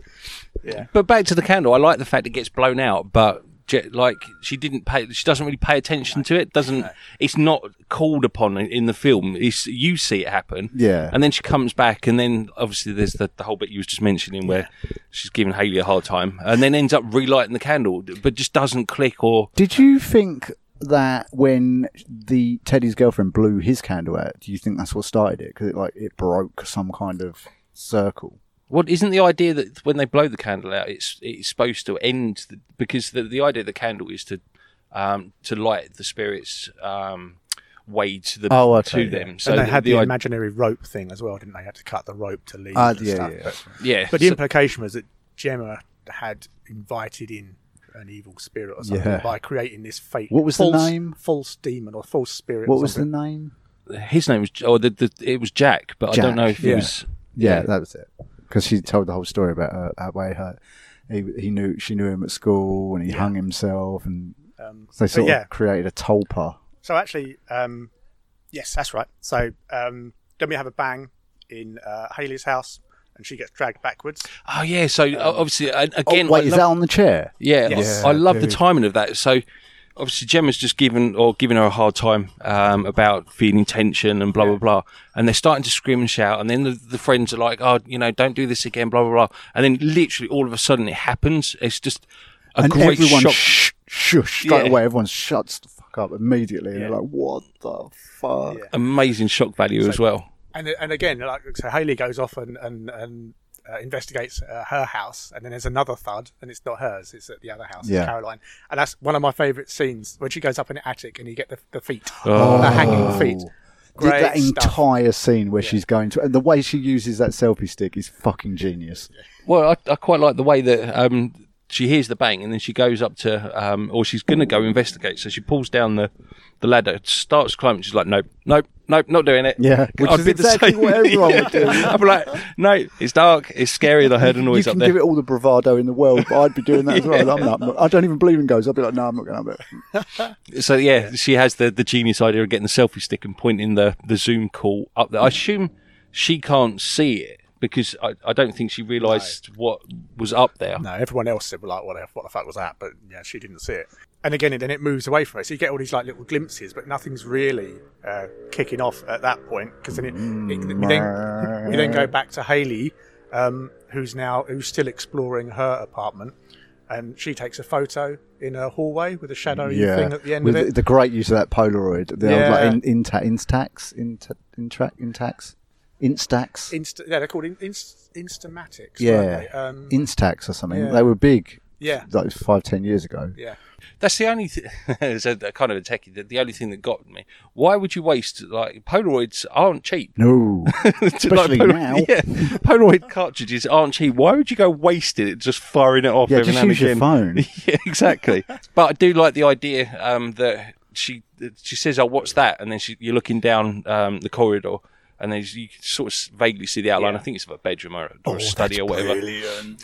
C: Yeah,
B: But back to the candle. I like the fact it gets blown out, but Je- like she didn't pay. She doesn't really pay attention to it. Doesn't. It's not called upon in, in the film. It's you see it happen.
A: Yeah.
B: And then she comes back, and then obviously there's the, the whole bit you was just mentioning where she's giving Haley a hard time, and then ends up relighting the candle, but just doesn't click or.
A: Did you think that when the Teddy's girlfriend blew his candle out, do you think that's what started it? Because it like it broke some kind of circle.
B: What isn't the idea that when they blow the candle out, it's it's supposed to end the, because the the idea of the candle is to um, to light the spirits. Um, way to the
A: Oh, okay,
B: to
A: yeah.
B: them so
C: and they had the,
B: idea.
C: imaginary rope thing as well, didn't they? Had to cut the rope to leave.
A: Ah,
C: and
A: yeah,
C: stuff.
A: yeah.
C: But,
B: Yeah,
C: but the
B: so-
C: implication was that Gemma had invited in an evil spirit or something
A: Yeah.
C: by creating this fake.
A: What was the
C: false,
A: name?
C: False demon or false spirit.
A: What
C: or
A: was the
C: something.
A: name?
B: his name was or the, the it was Jack, but I
A: Jack,
B: don't know if
C: yeah.
B: it was.
A: Yeah, that was it. Because she told the whole story about her, her way her he, he knew she knew him at school and he hung himself and
C: Um,
A: they
C: but
A: sort
C: yeah.
A: of created a tulpa.
C: So actually, um, yes, that's right. So um, then we have a bang in uh, Haley's house, and she gets dragged backwards.
B: Oh yeah, so uh, obviously and again,
A: Oh, wait,
B: I
A: is
B: love,
A: that on the chair?
B: yeah,
C: Yes.
B: I love the
A: dude.
B: timing of that. So obviously Gemma's just given or giving her a hard time um, about feeling tension and blah blah blah, and they're starting to scream and shout, and then the, the friends are like, oh, you know, don't do this again, blah blah blah, and then literally all of a sudden it happens. It's just a
A: and
B: great
A: everyone
B: shock.
A: Shh, shush straight
B: Yeah.
A: away. Everyone shuts the fuck up immediately. And they're like, "What the fuck?"
C: Yeah.
B: Amazing shock value as well.
C: And and again, like so, Haley goes off and and and uh, investigates uh, her house, and then there's another thud, and it's not hers; it's at the other house,
A: Yeah.
C: it's Caroline. And that's one of my favourite scenes when she goes up in the attic, and you get the the feet,
B: Oh.
C: the hanging feet.
A: Did that
C: Great stuff.
A: entire scene where she's going to, and the way she uses that selfie stick is fucking genius.
B: Well, I, I quite like the way that um, she hears the bang and then she goes up to, um, or she's going to go investigate. So she pulls down the, the ladder, starts climbing. She's like, nope, nope, nope, not doing it.
A: Yeah, which
B: I'd
A: is
B: be the
A: exactly
B: same.
A: what everyone would do.
B: I'd be like, no, it's dark, it's scary. and I heard a
A: You
B: noise
A: can
B: up there.
A: give it all the bravado in the world, but I'd be doing that as well. I'm not, I don't even believe in ghosts. I'd be like, no, I'm not going to. Have it.
B: so yeah, she has the, the genius idea of getting the selfie stick and pointing the, the Zoom call up there. I assume she can't see it because I, I don't think she realised what was up there.
C: No, everyone else said, like, what the, what the fuck was that? But yeah, she didn't see it. And again, then it moves away from it. So you get all these like little glimpses, but nothing's really uh, kicking off at that point because then, it, it, we then we then go back to Haley, um, who's now who's still exploring her apartment, and she takes a photo in her hallway with a shadowy thing at the end
A: With
C: of
A: the-
C: it.
A: the great use of that Polaroid. The old,
C: Yeah.
A: like, in, inta, instax, inta, intra, intax, instax,
C: Insta- yeah, they're called in, inst- instamatics.
A: Yeah.
C: weren't they? Um,
A: instax or something.
C: Yeah.
A: They were big,
C: yeah,
A: like five, ten years ago.
C: yeah.
B: That's the only th- it's a, a kind of a techie. The, the only thing that got me. Why would you waste like Polaroids aren't cheap.
A: No,
B: Like,
A: Especially
B: Polaroid-
A: now.
B: Yeah, Polaroid cartridges aren't cheap. Why would you go wasting it just firing it off
A: yeah,
B: every
A: just
B: now
A: use
B: and
A: your
B: again?
A: phone.
B: yeah, exactly. but I do like the idea um, that she that she says, "Oh, what's that?" And then she, you're looking down um, the corridor, and then you can sort of vaguely see the outline. I think it's of a bedroom or, or
A: Oh,
B: a study or whatever. Um,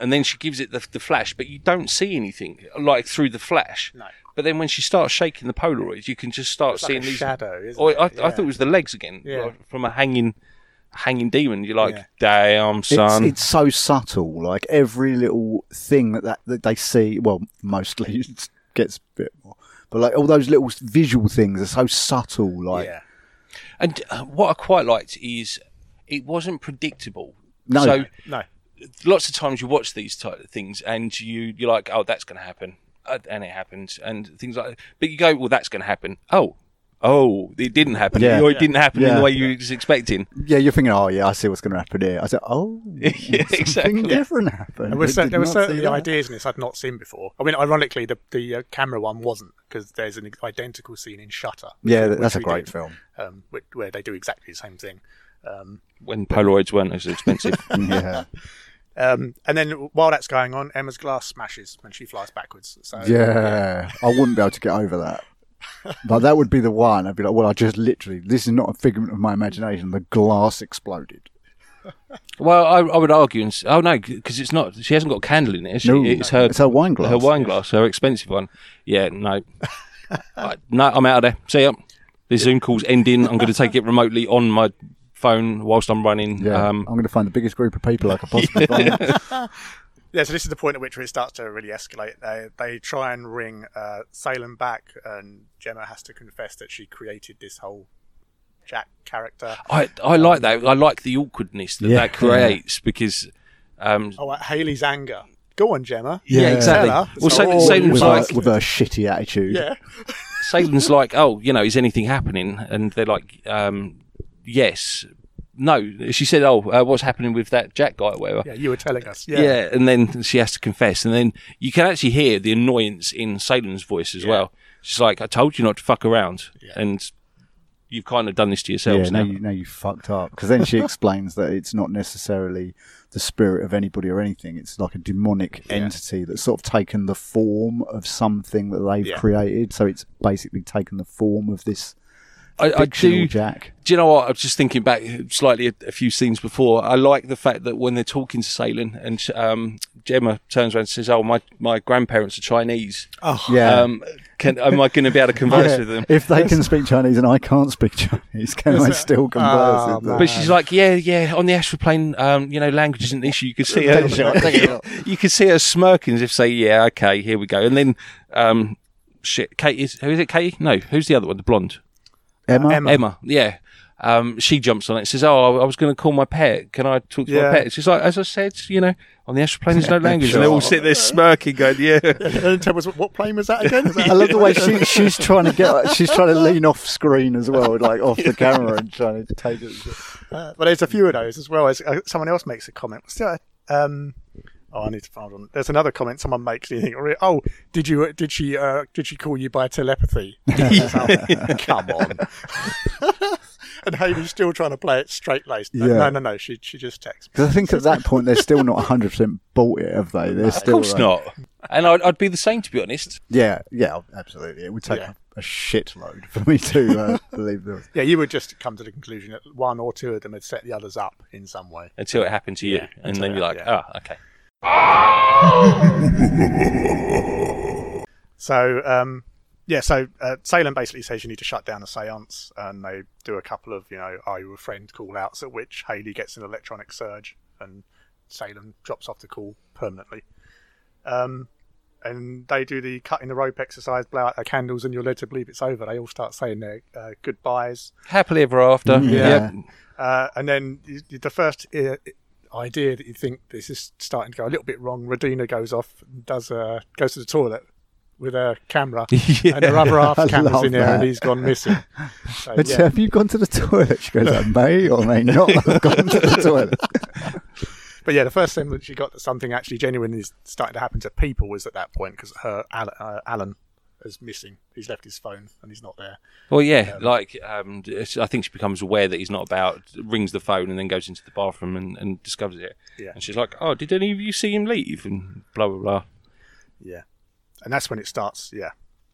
B: and then she gives it the, the flash, but you don't see anything like through the flash.
C: No.
B: But then when she starts shaking the Polaroids, you can just start
C: It's like
B: seeing
C: a
B: these.
C: shadow, isn't
B: Oh,
C: it?
B: I, I
C: Yeah.
B: thought it was the legs again
C: Yeah.
B: like, from a hanging, hanging demon. You're like,
C: Yeah.
B: damn son.
A: It's, it's so subtle. Like every little thing that, that, that they see, well, mostly it gets a bit more, But like all those little visual things are so subtle. Like
C: yeah.
B: And uh, what I quite liked is it wasn't predictable.
A: No.
B: So
C: No.
B: lots of times you watch these type of things and you you're like, oh, that's going to happen, Uh, and it happens, and things like. that. But you go, well, that's going to happen. Oh. Oh, it didn't happen,
A: Yeah.
B: or it didn't happen in
A: Yeah.
B: the way you was expecting.
A: yeah, you're thinking, oh yeah, I see what's going to happen here. I said, oh,
B: Yeah,
A: something
B: exactly.
A: different happened.
C: There were,
A: I
C: cer-
A: did
C: there were
A: not see
C: certainly
A: that.
C: ideas in this I'd not seen before. I mean, ironically, the the uh, camera one wasn't because there's an identical scene in Shutter.
A: Yeah, that- that's a
C: we
A: great
C: did,
A: film.
C: Um, wh- where they do exactly the same thing. Um,
B: When Polaroids weren't as expensive,
A: yeah,
C: um, and then while that's going on, Emma's glass smashes and she flies backwards. So
A: yeah. I wouldn't be able to get over that. But that would be the one. I'd be like, well, I just literally, this is not a figment of my imagination. The glass exploded.
B: well, I, I would argue. And, s- oh no, because it's not. She hasn't got a candle in it. has she?
A: No,
B: it's her
A: It's her wine glass.
B: her wine glass, her expensive one. Yeah, no, I, no, I'm out of there. See ya. This Zoom call's ending. I'm going to take it remotely on my phone whilst I'm running.
A: Yeah,
B: Um,
A: I'm going to find the biggest group of people I could possibly find.
C: Yeah, so this is the point at which it starts to really escalate. They they try and ring uh, Salem back, and Gemma has to confess that she created this whole Jack character.
B: I I like that. I like the awkwardness that
A: Yeah.
B: that creates because. Um,
C: Oh, like Haley's anger. Go on, Gemma.
A: Yeah, Yeah.
B: exactly.
C: Hello.
B: Well,
C: So-
B: Salem- Salem's
A: with,
B: like,
A: her, with her shitty attitude.
C: Yeah,
B: Salem's like, oh, you know, is anything happening? And they're like, um, yes, no. She said, oh, uh, what's happening with that Jack guy or whatever?
C: yeah, you were telling us.
B: Yeah. and then she has to confess, and then you can actually hear the annoyance in Salem's voice as well. She's like, "I told you not to fuck around," and you've kind of done this to
A: Yeah,
B: yourselves
A: now
B: now.
A: you, now you fucked up. Because then she explains that it's not necessarily the spirit of anybody or anything. It's like a demonic entity that's sort of taken the form of something that they've
C: Yeah.
A: created. So it's basically taken the form of this
B: I, I
A: fictional
B: do. Do
A: Jack.
B: you know what? I was just thinking back slightly a, a few scenes before. I like the fact that when they're talking to Salem and um, Gemma turns around and says, "Oh, my, my grandparents are Chinese.
A: Oh, Yeah.
B: Um, can, am I going to be able to converse
A: Yeah,
B: with them?"
A: If they can speak Chinese and I can't speak Chinese, can I still converse
C: Ah,
A: with them?
B: But she's like, yeah, yeah. On the astral plane, um, you know, language isn't an issue. You could see her,
A: Take a shot, take a shot.
B: you could see her smirking as if say, yeah, okay, here we go. And then, um, shit, Kate is who is it? Katie? No, who's the other one? The blonde
A: Emma?
C: Emma.
B: Emma. Yeah. Um, she jumps on it and says, "Oh, I was going to call my pet. Can I talk to
C: Yeah.
B: my pet?" She's like, "As I said, you know, on the astral plane, there's no language." And they all sit there smirking, going, "Yeah."
C: And tell us what, what plane was that again? Is that-
A: I love the way she, she's trying to get, she's trying to lean off screen as well, like off the camera and trying to take it.
C: Uh, but there's a few of those as well. As uh, someone else makes a comment. What's that? Um, oh, I need to find one. There's another comment someone makes. And you think, oh, did you? Did she? Uh, did she call you by telepathy? Oh, Come on. and Haley's still trying to play it straight laced. No,
A: Yeah.
C: no, no, no. She she just texts.
A: Because I think at that point they're still not 100 percent bought it, have they? They're
B: Of
A: still
B: course
A: like-
B: not. And I'd, I'd be the same, to be honest.
A: Yeah, yeah, absolutely. It would take
C: Yeah.
A: a, a shitload for me to uh, believe them.
C: Yeah, you would just come to the conclusion that one or two of them had set the others up in some way.
B: Until it happened to you, and then you're like,
C: yeah.
B: "Ah, okay."
C: So, um, yeah, so uh, Salem basically says you need to shut down a seance, and they do a couple of, you know, are you a friend call outs, at which Haley gets an electronic surge, and Salem drops off the call permanently. Um, and they do the cut in the rope exercise, blow out their candles, and you're led to believe it's over. They all start saying their uh, goodbyes.
B: Happily ever after.
C: Mm.
A: Yeah.
B: Yep.
C: Uh, and then you- you- the first uh, idea that you think this is starting to go a little bit wrong, Radina goes off, and does uh, goes to the toilet with a camera, and her other half
A: I
C: camera's
A: love
C: in there, and
A: that.
C: he's gone missing. So,
A: But uh,
C: yeah.
A: have you gone to the toilet? She goes, I may or may not have gone to the toilet.
C: But yeah, the first semblance she got that something actually genuine is starting to happen to people was at that point because her Al- uh, Alan is missing. He's left his phone and he's not there.
B: Well, yeah, like um, it's- I think she becomes aware that he's not about, rings the phone, and then goes into the bathroom and, and discovers it.
C: Yeah.
B: And she's like, "Oh, did any of you see him leave?" And blah blah blah.
C: Yeah, and that's when it starts. Yeah.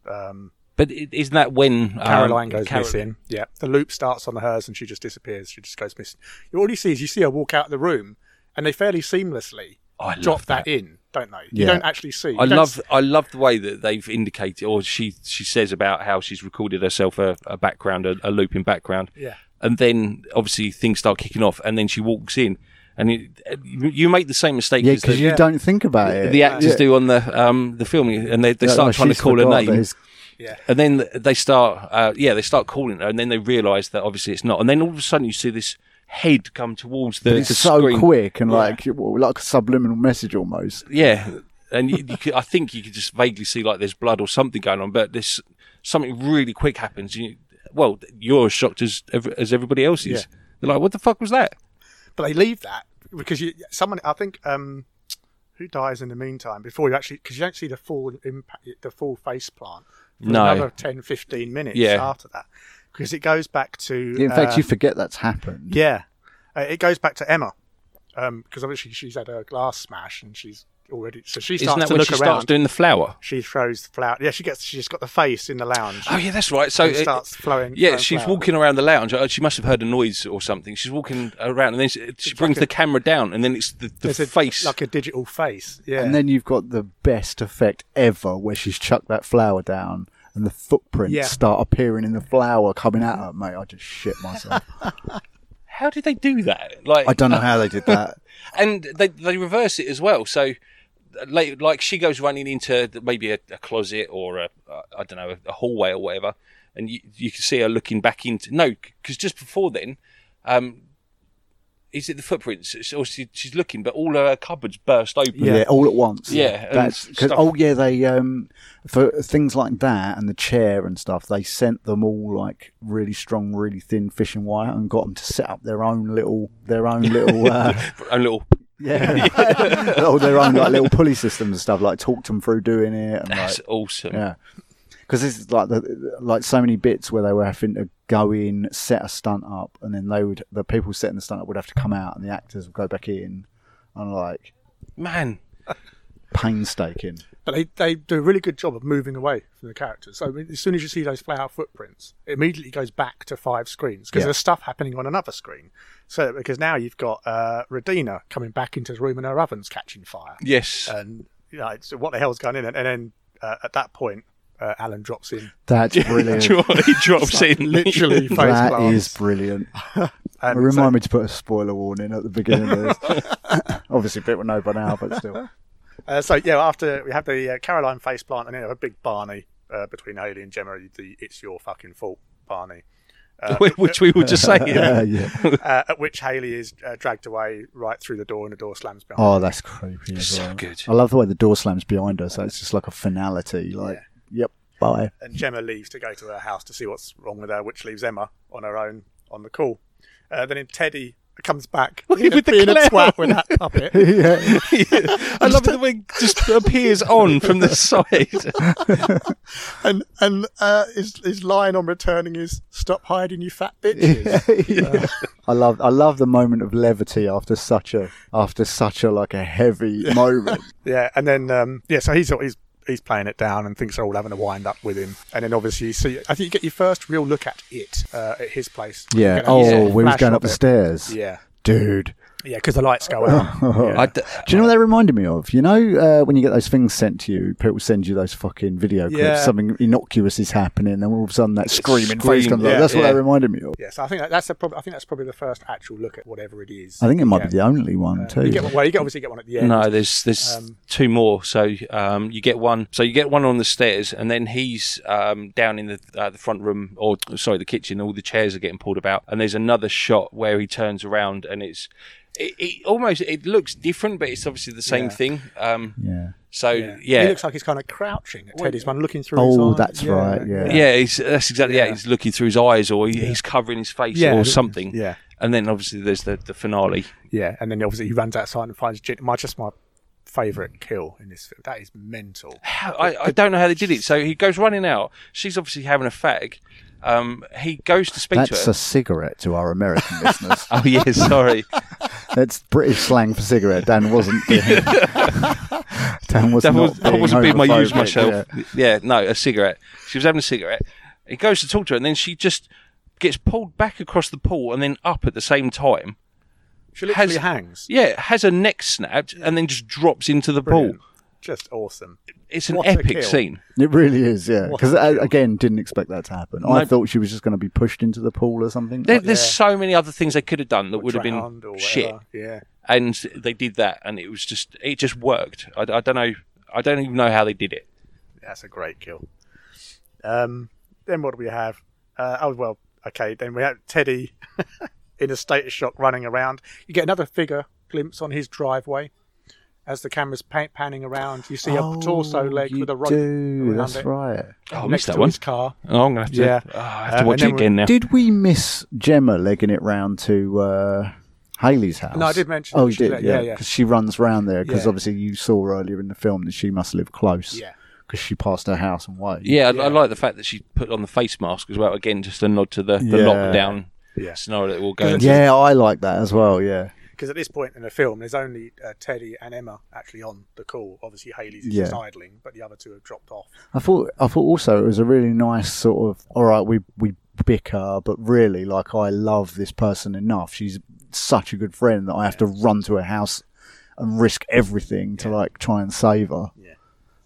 C: Um,
B: But i- isn't that when um,
C: Caroline goes
B: Carol-
C: missing. Yeah, the loop starts on hers and she just disappears. She just goes missing. All you see is you see her walk out of the room, and they fairly seamlessly
B: Oh, I love
C: drop that. in, don't they? You
A: Yeah.
C: don't actually see.
B: I
C: you don't
B: love I love the way that they've indicated, or she she says about how she's recorded herself a, a background, a, a looping background.
C: Yeah.
B: And then obviously things start kicking off, and then she walks in, and it, uh, you you make the same mistake
A: Yeah,
B: as the,
A: because you don't think about it.
B: the actors
A: Yeah.
B: do on the um the film, and they, they
A: Yeah,
B: start
A: like,
B: trying to
A: she's
B: call her
A: forgot that
B: name.
A: his
C: Yeah.
B: and then they start uh, yeah they start calling her and then they realize that obviously it's not and then all of a sudden you see this head come towards the,
A: But it's
B: the
A: so
B: screen
A: quick and like well, like a subliminal message almost.
B: yeah and you, you could, i think you could just vaguely see like there's blood or something going on but this something really quick happens you, well you're as shocked as ev- as everybody else is they're like what the fuck was that
C: but they leave that because you someone I think um, who dies in the meantime before you actually because you don't see the full impact the full face plant for
B: No.
C: another 10 15 minutes
B: Yeah.
C: after that because it goes back to
A: In fact,
C: uh,
A: you forget that's happened.
C: yeah uh, it goes back to Emma because obviously she's had her glass smash and she's already so she
B: isn't
C: starts
B: that
C: to
B: when
C: look
B: she
C: around
B: starts doing the flower
C: she throws the flower yeah she gets she's just got the face in the lounge
B: oh yeah that's right so
C: and
B: it-
C: starts flowing
B: yeah,
C: throwing
B: she's
C: flowers.
B: walking around the lounge. Uh, She must have heard a noise or something. She's walking around, and then she, she brings
C: like a-
B: the camera down, and then it's the, the
C: There's a-
B: face.
C: like a digital face yeah
A: And then you've got the best effect ever where she's chucked that flower down and the footprints
C: Yeah.
A: start appearing in the flower coming at her. Mate, I just shit myself.
B: How did they do that? Like,
A: I don't know how they did that.
B: and they they reverse it as well. So, uh, like, like she goes running into th- maybe a, a closet or a uh, I don't know a hallway or whatever, and you you can see her looking back into no, because just before then, um, is it the footprints? It's- Or she, she's looking, but all her cupboards burst open.
A: Yeah, all at once.
B: Yeah, and
A: that's because
B: stuff.
A: oh yeah, they um for things like that and the chair and stuff, they sent them all like really strong, really thin fishing wire and got them to set up their own little their own little uh,
B: a little
A: yeah, all their own like little pulley systems and stuff. Like talked them through doing it and like
B: that's awesome.
A: yeah. Because this is like the, like so many bits where they were having to go in, set a stunt up, and then they would the people setting the stunt up would have to come out, and the actors would go back in, and like
B: Man,
A: painstaking.
C: But they, they do a really good job of moving away from the characters. So I mean, as soon as you see those flower footprints, it immediately goes back to five screens because
A: Yeah.
C: there's stuff happening on another screen. So because now you've got uh, Radina coming back into the room and her oven's catching fire,
B: yes.
A: Uh,
C: and you know, it's, what the hell's going in? And, and then uh, at that point, uh, Alan drops in,
A: That's brilliant.
B: he drops in
C: literally face
A: That is
C: plants.
A: brilliant.
C: And
A: Remind
C: so-
A: me to put a spoiler warning at the beginning of this. Obviously, people know by now, but still.
C: Uh, so yeah, after we have the uh, Caroline face plant and then you have a big Barney uh, between Haley and Gemma. The it's your fucking fault, Barney.
B: which we were just saying.
A: Yeah, yeah.
C: Uh, at which Haley is uh, dragged away right through the door, and the door slams behind. her.
A: Oh, that's creepy. As
B: So
A: well.
B: good.
A: I love the way the door slams behind her, so it's just like a finality. Like, yep, bye.
C: and Gemma leaves to go to her house to see what's wrong with her, which leaves Emma on her own on the call. Uh, then Teddy comes back being a-
B: With the
C: being a
B: clown.
C: twat with that puppet.
A: yeah.
B: I love the way it just appears on from the side.
C: and and uh, his, his line on returning is "Stop hiding, you fat bitches."
A: Yeah. Uh, I love I love the moment of levity after such a after such a like a heavy moment.
C: Yeah, and then um, yeah, so he's he's he's playing it down and thinks they're all having a wind up with him. And then obviously, you see, I think you get your first real look at it uh, at his place. You
A: Yeah.
C: get that
A: Oh,
C: sort of
A: we was
C: flash
A: going
C: of
A: up the
C: it.
A: stairs.
C: Yeah,
A: Dude.
C: yeah, because the lights go out. Yeah.
B: I
A: Do
B: d-
A: you know what that reminded me of? You know, uh, when you get those things sent to you, people send you those fucking video clips.
C: Yeah.
A: Something innocuous is happening, and all of a sudden that screaming face
B: scream,
A: comes
B: yeah,
A: up. That's what
B: yeah.
A: that reminded me of.
C: yeah, so I think that, that's the prob- I think that's probably the first actual look at whatever it is.
A: I think it might
C: Yeah.
A: be the only one
B: Uh,
A: too.
C: You get one, well, you get, obviously get one at the end.
B: no, there's there's
C: Um,
B: two more. So um, you get one. So you get one on the stairs, and then he's um, down in the uh, the front room, or sorry, the kitchen. All the chairs are getting pulled about, and there's another shot where he turns around, and it's it, it almost it looks different, but it's obviously the same
C: Yeah.
B: thing. Um,
A: yeah.
B: so
C: Yeah.
B: yeah,
C: He looks like he's kind of crouching at Teddy's one, looking through his
A: Oh,
C: eyes.
A: that's right, yeah.
B: yeah, he's, that's exactly yeah.
C: Yeah.
B: He's looking through his eyes, or he, he's covering his face,
C: Yeah.
B: or something.
C: Yeah,
B: And then obviously there's the, the finale.
C: yeah. And then obviously he runs outside and finds Gin. My, just my favourite kill in this film. That is mental.
B: How, I, I don't know how they did it. So he goes running out. She's obviously having a fag. Um, he goes to speak
A: That's
B: to her.
A: a cigarette to our American listeners.
B: oh yeah, sorry.
A: That's British slang for cigarette. Dan wasn't. Being, Dan was
B: that
A: not
B: was that
A: being
B: wasn't being my use
A: homophobic,
B: myself. Yeah. no, a cigarette. She was having a cigarette. He goes to talk to her, and then she just gets pulled back across the pool and then up at the same time.
C: She literally
B: Has-
C: hangs.
B: Yeah, has her neck snapped and then just drops into the
C: Brilliant.
B: pool.
C: Just awesome.
B: It's an
C: What a
B: epic
C: kill.
B: scene.
A: It really is, yeah.
C: What
A: Because
C: a joke.
A: again, didn't expect that to happen. I
B: No.
A: thought she was just going to be pushed into the pool or something.
B: There,
A: Like,
B: There's so many other things they could have done that
C: Or
B: would have been
C: drowned or
B: shit.
C: whatever. Yeah.
B: and they did that, and it was just it just worked. I, I don't know, I don't even know how they did it.
C: That's a great kill. Um, then what do we have? Uh, oh well, okay. Then we have Teddy in a state of shock, running around. You get another figure glimpse on his driveway as the camera's pan- panning around. You see a torso leg
A: "Oh, you
C: with a rope
A: do.
C: around
A: That's
C: it
A: right.
B: Oh, I
C: next
B: missed that
C: to
B: one.
C: his car.
B: Oh, I'm gonna have to.
C: Yeah.
B: oh, I
C: Uh,
B: have to
C: and
B: watch
C: then
B: it
C: we-
B: again now.
A: Did we miss Gemma legging it round to uh, Haley's house?
C: No, I did mention
A: Oh,
C: that
A: you
C: she
A: did.
C: let-
A: yeah,
C: yeah, yeah.
A: Because she runs round there. Because
C: Yeah.
A: obviously you saw earlier in the film that she must live close.
C: Yeah.
A: Because she passed her house and way.
B: Yeah, I, I
C: Yeah.
B: like the fact that she put on the face mask as well. Again, just a nod to the, the
A: Yeah.
B: lockdown
C: Yeah.
B: scenario that we'll go into.
A: Yeah, I like that as well. Yeah.
C: Because at this point in the film, there's only uh, Teddy and Emma actually on the call. Obviously, Haley's
A: Yeah.
C: just idling, but the other two have dropped off.
A: I thought I thought also it was a really nice sort of all right we we bicker but really like I love this person enough she's such a good friend that I have to run to her house and risk everything to like try and save her.
C: Yeah.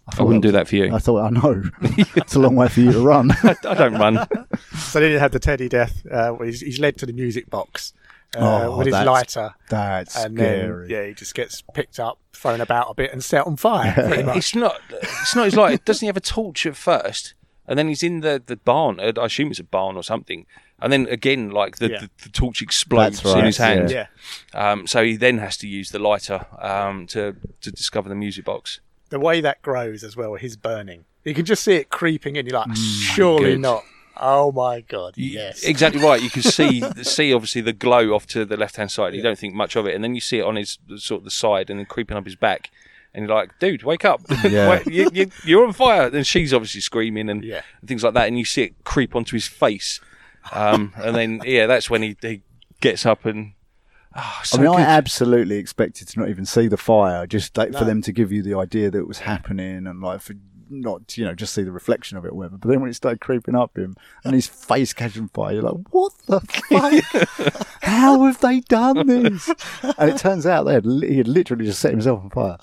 B: I
A: thought
B: wouldn't do
A: was-
B: that for you.
A: I thought I know it's a long way for you to run.
B: I, I don't run.
C: So then you have the Teddy death. Uh, where he's, he's led to the music box uh,
A: Oh,
C: with his
A: that's
C: lighter,
A: That's
C: and
A: scary.
C: then yeah, he just gets picked up, thrown about a bit, and set on fire. Pretty much.
B: it's not. It's not. It's like doesn't he have a torch at first, and then he's in the the barn. uh, I assume it's a barn or something. And then again, like the,
C: Yeah.
B: the, the torch explodes
A: That's right,
B: in his hand.
C: Yeah,
B: Um, so he then has to use the lighter um, to to discover the music box.
C: the way that grows as well, his burning. You can just see it creeping in. You're like,
A: Mm,
C: surely
B: Good.
C: not. Oh my god,
B: You-
C: yes.
B: exactly right. You can see see obviously the glow off to the left hand side. You don't think much of it, and then you see it on his sort of the side, and then creeping up his back. And you're like, dude, wake up!
A: Yeah.
B: Wait, you, you, you're on fire. Then she's obviously screaming and,
C: Yeah.
B: and things like that, and you see it creep onto his face. Um, and then yeah, that's when he, he gets up and. Oh,
A: I
B: so
A: mean, I
B: good.
A: absolutely expected to not even see the fire, just like for
C: No.
A: them to give you the idea that it was happening, and like for not, you know, just see the reflection of it, or whatever. But then when it started creeping up him and his face catching fire, you're like, "What the fuck? How have they done this?" And it turns out they had li- he had literally just set himself on fire.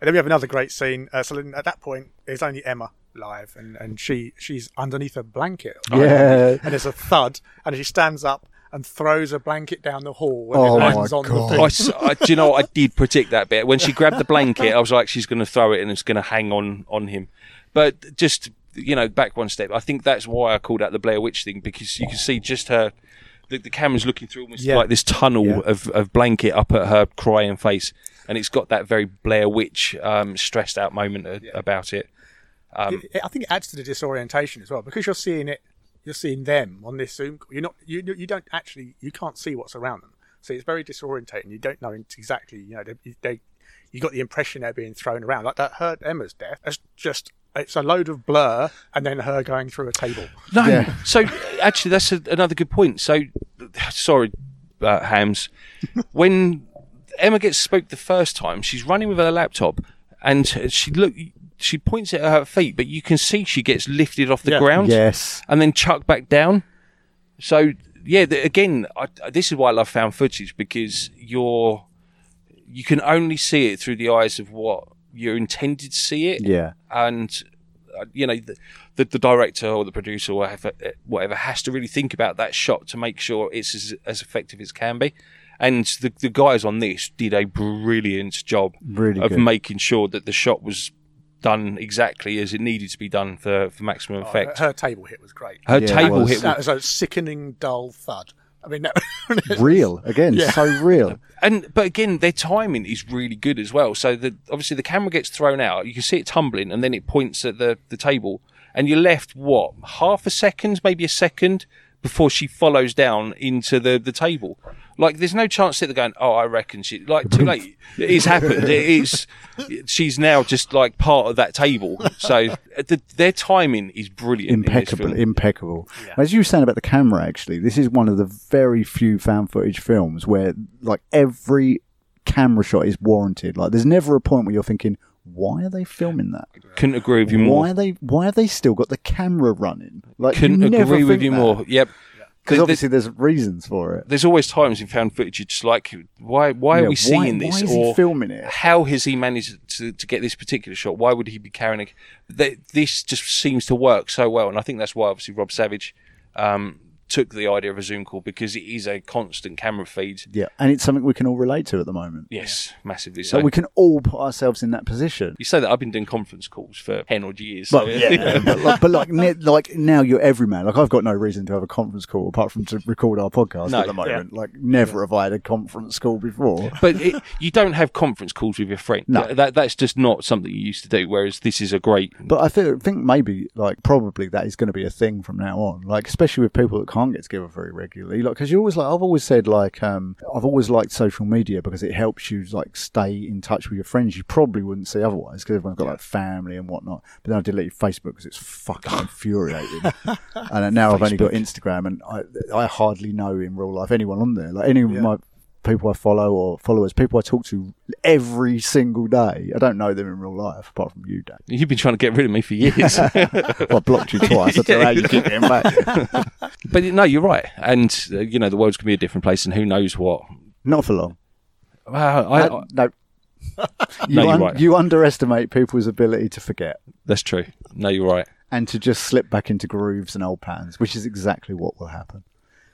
C: And then we have another great scene. Uh, so then at that point, there's only Emma live, and, and she she's underneath a blanket.
A: Oh, yeah,
C: And there's a thud, and she stands up and throws a blanket down the hall, and
A: Oh
C: it
A: my
C: lands on
A: God.
C: the
B: I
C: thing.
B: s I do you know what? I did predict that bit when she grabbed the blanket. I was like, she's going to throw it and it's going to hang on on him. But just you know, back one step. I think that's why I called out the Blair Witch thing because you can see just her. The, the camera's looking through almost
C: Yeah.
B: like this tunnel
C: Yeah.
B: of, of blanket up at her crying face, and it's got that very Blair Witch um, stressed out moment a, about it.
C: It- I think it adds to the disorientation as well because you're seeing it, you're seeing them on this Zoom. call. You're not, you you don't actually, you can't see what's around them, so it's very disorientating. You don't know exactly, you know, they, they you got the impression they're being thrown around. Like that hurt Emma's death. It's just it's a load of blur, and then her going through a table.
B: No.
A: Yeah.
B: So actually, that's a, another good point. So, sorry, uh, Hams. when Emma gets spoke the first time, she's running with her laptop, and she look. She points it at her feet, but you can see she gets lifted off the
C: Yeah.
B: ground
A: yes,
B: and then chucked back down. So yeah, the, again, I, I- this is why I love found footage because you're you can only see it through the eyes of what you're intended to see it
A: yeah.
B: and uh, you know the, the, the director or the producer or whatever, uh, whatever has to really think about that shot to make sure it's as, as effective as can be and the, the guys on this did a brilliant job
A: Really
B: of
A: good.
B: making sure that the shot was done exactly as it needed to be done for, for maximum effect
C: Her table hit was great.
B: her
A: Yeah, it
B: table
A: was.
B: hit
C: That was a sickening dull thud. I mean, that,
A: Real again,
C: Yeah.
A: so real.
B: and but again their timing is really good as well so the obviously the camera gets thrown out you can see it tumbling and then it points at the the table and you're left what half a second maybe a second before she follows down into the the table like there's no chance that they're going oh i reckon she like too late it's happened it is she's now just like part of that table so uh, the, their timing is brilliant in this
A: impeccable,
B: film.
A: impeccable. As you were saying about the camera, actually, this is one of the very few found footage films where like every camera shot is warranted. Like, there's never a point where you're thinking, "Why are they filming that?
B: couldn't agree with you more
A: Why are they? Why have they still got the camera running?" Like, you
B: couldn't
A: never
B: agree with
A: think
B: you
A: that.
B: more yep
A: Because
B: The- the-
A: obviously, there's reasons for it.
B: there's always times in found footage you're just like why why
A: Yeah,
B: are we seeing
A: why
B: this
A: is he
B: or
A: filming it?
B: how has he managed to, to get this particular shot why would he be carrying a, th- this just seems to work so well and i think that's why obviously rob savage um, took the idea of a Zoom call because it is a constant camera feed.
A: Yeah, and it's something we can all relate to at the moment.
B: Yes, massively
A: So
B: so.
A: Uh, we can all put ourselves in that position.
B: you say that I've been doing conference calls for ten odd years.
A: But
B: so-
A: yeah, but like, but like, ne- like now you're everyman. Like I've got no reason to have a conference call apart from to record our podcast
B: No,
A: at the moment. Like never have I had a conference call before.
B: but it, you don't have conference calls with your friend.
A: No.
B: that that's just not something you used to do. Whereas this is a great.
A: But I thi- think maybe like probably that is going to be a thing from now on. Like especially with people that can't get together very regularly. Like because you always like I've always said like um I've always liked social media because it helps you like stay in touch with your friends you probably wouldn't see otherwise because everyone's got like family and whatnot. But then I deleted Facebook because it's fucking infuriating. and uh, now I've only got Instagram and I I hardly know in real life anyone on there. Like any of my people I follow or followers, people I talk to every single day. I don't know them in real life apart from you, Dave.
B: You've been trying to get rid of me for years.
A: Well, I blocked you twice. I don't know how you keep getting back.
B: but no, you're right. And uh, you know the world's gonna be a different place, and who knows what.
A: Not for long.
B: Wow, I,
A: Uh,
B: I-
A: no. You,
B: No, you're
A: un-
B: right.
A: you underestimate people's ability to forget
B: that's true. No, you're right.
A: and to just slip back into grooves and old patterns, which is exactly what will happen.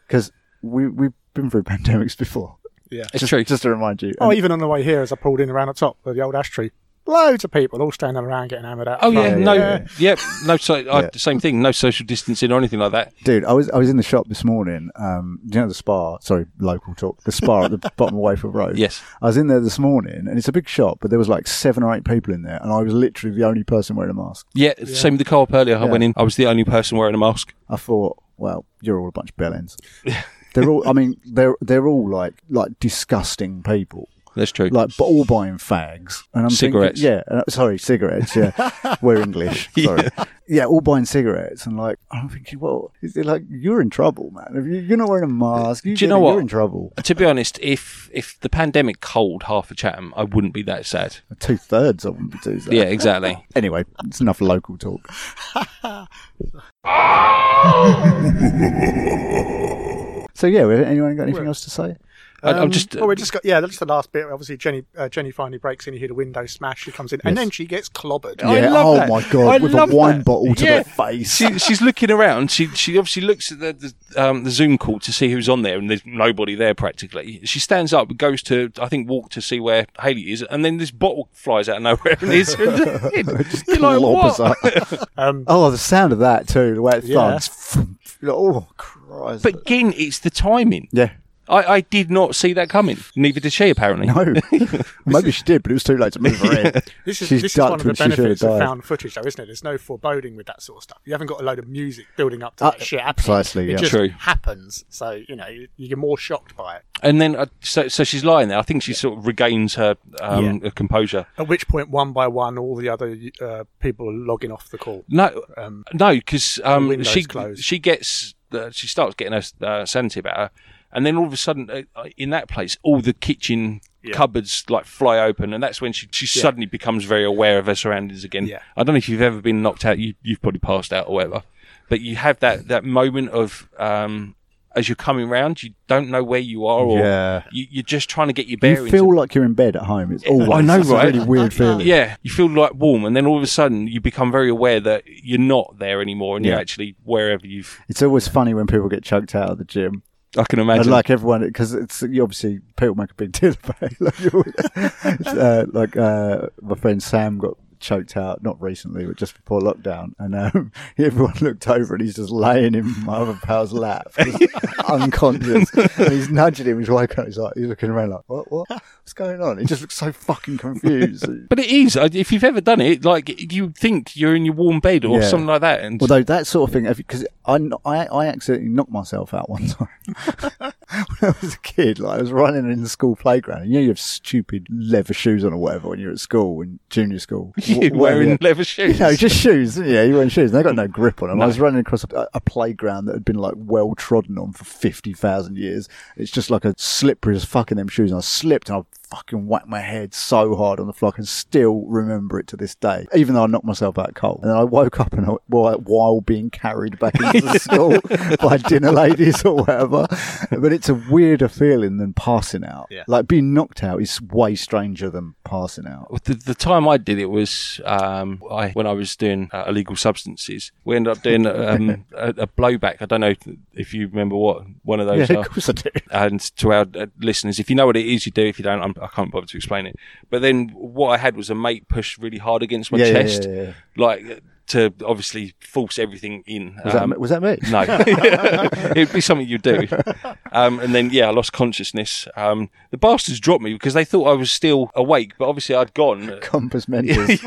A: Because we, we've been through pandemics before.
B: It's true.
A: Just to remind you.
D: Oh, even on the way here, as I pulled in around the top of the old ash tree, loads of people all standing around getting hammered out.
B: Oh yeah,
A: yeah,
B: no,
A: yeah,
B: yeah, no. So I, same thing. No social distancing or anything like that.
A: Dude, I was I was in the shop this morning. Um, do you know the spa? Sorry, local talk. The spa at the bottom of Wafer Road.
B: Yes.
A: I was in there this morning, and it's a big shop, but there was like seven or eight people in there, and I was literally the only person wearing a mask.
B: Yeah, same with the co-op earlier. I went in. I was the only person wearing a mask.
A: I thought, well, you're all a bunch of bellends. they're all. I mean, they're they're all like like disgusting people.
B: That's true.
A: Like, but all buying fags and I'm thinking-
B: Cigarettes.
A: yeah, and, uh, sorry, cigarettes. Yeah, we're English. Sorry. Yeah. all buying cigarettes and like I'm thinking, well, is it like you're in trouble, man? If you, you're not wearing a mask, you,
B: Do
A: get
B: you know
A: it, You're
B: what?
A: in trouble.
B: to be honest, if if the pandemic cold half of Chatham, I wouldn't be that sad.
A: Two thirds of them would do that.
B: Yeah, exactly.
A: Anyway, it's enough local talk. so yeah, anyone got anything else to say?
B: I, I'm
D: Um,
B: just. uh,
D: well, we just got yeah, that's the last bit. Obviously, Jenny uh, Jenny finally breaks in. You hear the window smash. She comes in, and then she gets clobbered.
A: Yeah. oh my god, with a wine bottle to the face.
B: She, she's looking around. She she obviously looks at the the, um, the Zoom call to see who's on there, and there's nobody there practically. She stands up, goes to I think walk to see where Haley is, and then this bottle flies out of nowhere and is you're like
A: Clobbers
B: what?
A: up.
D: Um,
A: oh, the sound of that too, the way it
D: Yeah.
A: thuds. Oh Christ!
B: But again, it's the timing.
A: yeah,
B: I, I did not see that coming. Neither did she apparently.
A: no, maybe she did, but it was too late to move her in.
D: This is,
A: She's
D: this is
A: ducked
D: one of the
A: when she should have
D: benefits of
A: died.
D: found footage, though, isn't it? There's no foreboding with that sort of stuff. You haven't got a load of music building up to
A: Uh,
D: that shit happening.
A: precisely,
D: It
A: yeah.
D: just
B: True.
D: happens. So, you know, you- you're more shocked by it.
B: And then, uh, so, so she's lying there. I think she sort of regains her, um, her composure.
D: At which point, one by one, all the other uh, people are logging off the call.
B: No,
D: Um,
B: no, because um,
D: window's
B: she
D: closed.
B: she gets uh, she starts getting her uh, sanity about her, and then all of a sudden, uh, in that place, all the kitchen cupboards like fly open, and that's when she she suddenly becomes very aware of her surroundings again.
D: Yeah.
B: I don't know if you've ever been knocked out. You you've probably passed out or whatever, but you have that that moment of. Um, as you're coming round, you don't know where you are, or
A: Yeah.
B: you, you're just trying to get your
A: You
B: bearings.
A: feel like you're in bed at home. It's always
B: know,
A: it's
B: right?
A: A really weird feeling.
B: Yeah, you feel like warm, and then all of a sudden you become very aware that you're not there anymore, and you're
A: Yeah.
B: actually wherever you've.
A: It's always funny when people get chucked out of the gym.
B: I can
A: And
B: imagine.
A: like everyone, because it's you obviously people make a big deal about it. Like, you- it's, uh, like uh, my friend Sam got choked out not recently, but just before lockdown, and um, everyone looked over and he's just laying in my other pal's lap, just unconscious. And he's nudging him. He's waking up. He's like, he's looking around like, what, what, what's going on? He just looks so fucking confused.
B: but it is. I- If you've ever done it, like you think you're in your warm bed or
A: Yeah.
B: something like that, and
A: Although that sort of thing, because I, kn- I, I accidentally knocked myself out one time when I was a kid. Like I was running in the school playground. And you know, you have stupid leather shoes on or whatever when you're at school, in junior school.
B: you
A: Wh- whatever
B: wearing
A: you-
B: leather shoes.
A: you know, just shoes. Yeah, you wearing shoes. And they got no grip on them. I was running across a, a playground that had been like well trodden on for fifty thousand years. It's just like a slippery as fucking them shoes. And I slipped and I fucking whacked my head so hard on the floor. I can still remember it to this day, even though I knocked myself out cold. And then I woke up and I, while while being carried back into the school by dinner ladies or whatever. But it's a weirder feeling than passing out.
E: Yeah.
A: Like being knocked out is way stranger than passing out.
B: Well, The, the time I did it was um, I when I was doing uh, illegal substances. We ended up doing um, a, a blowback. I don't know if you remember what one of those
A: Yeah,
B: are.
A: of course I do.
B: and to our uh, listeners, if you know what it is, you do. If you don't, I'm, I can't bother to explain it. But then what I had was a mate push really hard against my
A: Yeah, yeah,
B: chest,
A: yeah, yeah.
B: like to obviously force everything in.
A: Was,
B: Um,
A: that, was that me?
B: no, it'd be something you do. Um, and then yeah, I lost consciousness. Um, the bastards dropped me because they thought I was still awake, but obviously I'd gone.
A: Compass mentors.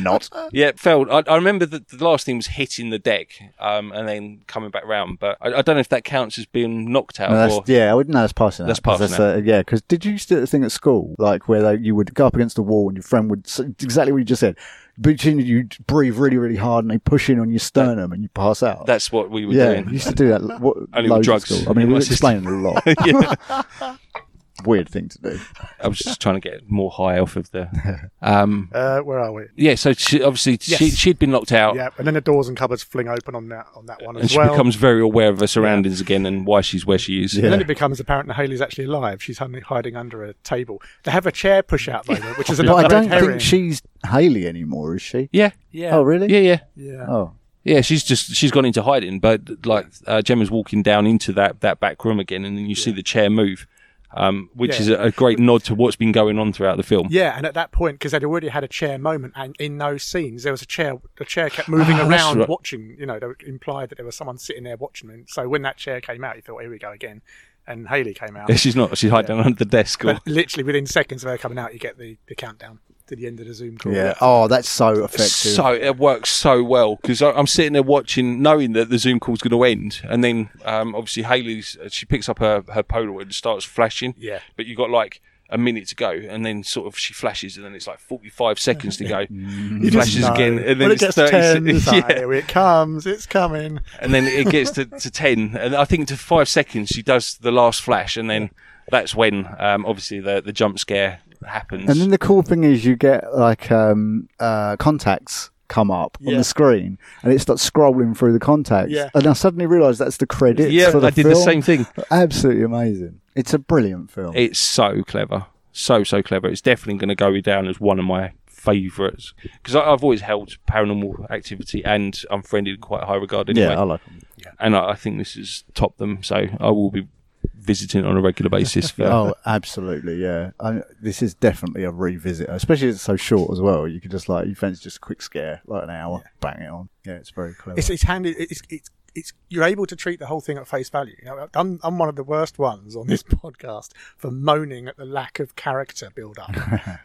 A: Not.
B: Yeah, it fell. I, I remember that the last thing was hitting the deck um, and then coming back round. But I, I don't know if that counts as being knocked out
A: No, that's,
B: or
A: yeah, I wouldn't know that's passing out.
B: That's
A: 'cause
B: passing
A: uh, yeah, because did you used to do the thing at school, like where like, you would go up against the wall and your friend would s- exactly what you just said, but you you breathe really really hard and they push in on your sternum and you pass out.
B: that's what we were
A: yeah,
B: doing.
A: you used to do that. l- What,
B: Only with
A: loads at
B: drugs.
A: school. I mean, we
B: Yeah, my
A: were
B: sister-
A: explaining a lot.
B: yeah.
A: Weird thing to do.
B: I was just trying to get more high off of the. Um,
C: Uh, where are we?
B: yeah, so she, obviously she,
C: Yes.
B: she'd been knocked out,
D: Oh.
C: Yeah, and then the doors and cupboards fling open on that on that one
B: and
C: as
B: she
C: well.
B: becomes very aware of her surroundings again and why she's where she is.
C: and
A: Yeah.
C: then it becomes apparent that Haley's actually alive. She's hun- hiding under a table. They have a chair push out moment, which is
A: But
C: another
A: I don't
C: red herring.
A: think she's Haley anymore, is she?
B: yeah, yeah.
A: Oh, really?
B: Yeah, yeah,
C: Yeah.
A: Oh,
B: yeah. She's just she's gone into hiding, but like uh, Gemma's walking down into that that back room again, and then you see the chair move, um, which
C: Yeah.
B: is a, a great nod to what's been going on throughout the film.
C: Yeah, and at that point, because they'd already had a chair moment, and in those scenes, there was a chair. The chair kept moving
B: Ah, that's
C: around,
B: right.
C: watching. You know, they implied that there was someone sitting there watching. them. so when that chair came out, you thought, "Here we go again," and Haley came out.
B: Yeah, she's not. She's hiding under the desk. Or,
C: But literally within seconds of her coming out, you get the, the countdown to the end of the Zoom call.
A: yeah. Oh, that's so effective.
B: so it works so well because I'm sitting there watching, knowing that the Zoom call's going to end, and then um, obviously Haley's she picks up her her Polaroid and starts flashing.
C: Yeah.
B: but you got like a minute to go, and then sort of she flashes, and then it's like 45 seconds to go.
C: You just
B: flashes
C: know.
B: again, and then
C: when
B: it's
C: it
B: 30
C: gets 10, it's like,
B: yeah,
C: here it comes, it's coming.
B: and then it gets to, to 10, and I think to five seconds she does the last flash, and then that's when um, obviously the the jump scare happens.
A: And then the cool thing is you get like um, uh, contacts come up on
C: Yeah.
A: the screen, and it starts scrolling through the contacts.
C: Yeah.
A: And I suddenly realised that's the credits.
B: yeah,
A: for the
B: I did the
A: film.
B: same thing.
A: Absolutely amazing. It's a brilliant film.
B: It's so clever, so so clever. It's definitely going to go down as one of my favourites because I've always held Paranormal Activity and Unfriended in quite high regard anyway,
A: Yeah, I like it.
B: and I, I think this has topped them. So I will be visiting on a regular basis for.
A: Oh, absolutely, yeah. I, this is definitely a revisit, especially it's so short as well. You could just like, you fancy just a quick scare, like an hour, bang it on. Yeah, it's very clever.
C: It's, it's handy. It's, it's, it's, you're able to treat the whole thing at face value. You know, I'm, I'm one of the worst ones on this podcast for moaning at the lack of character build up.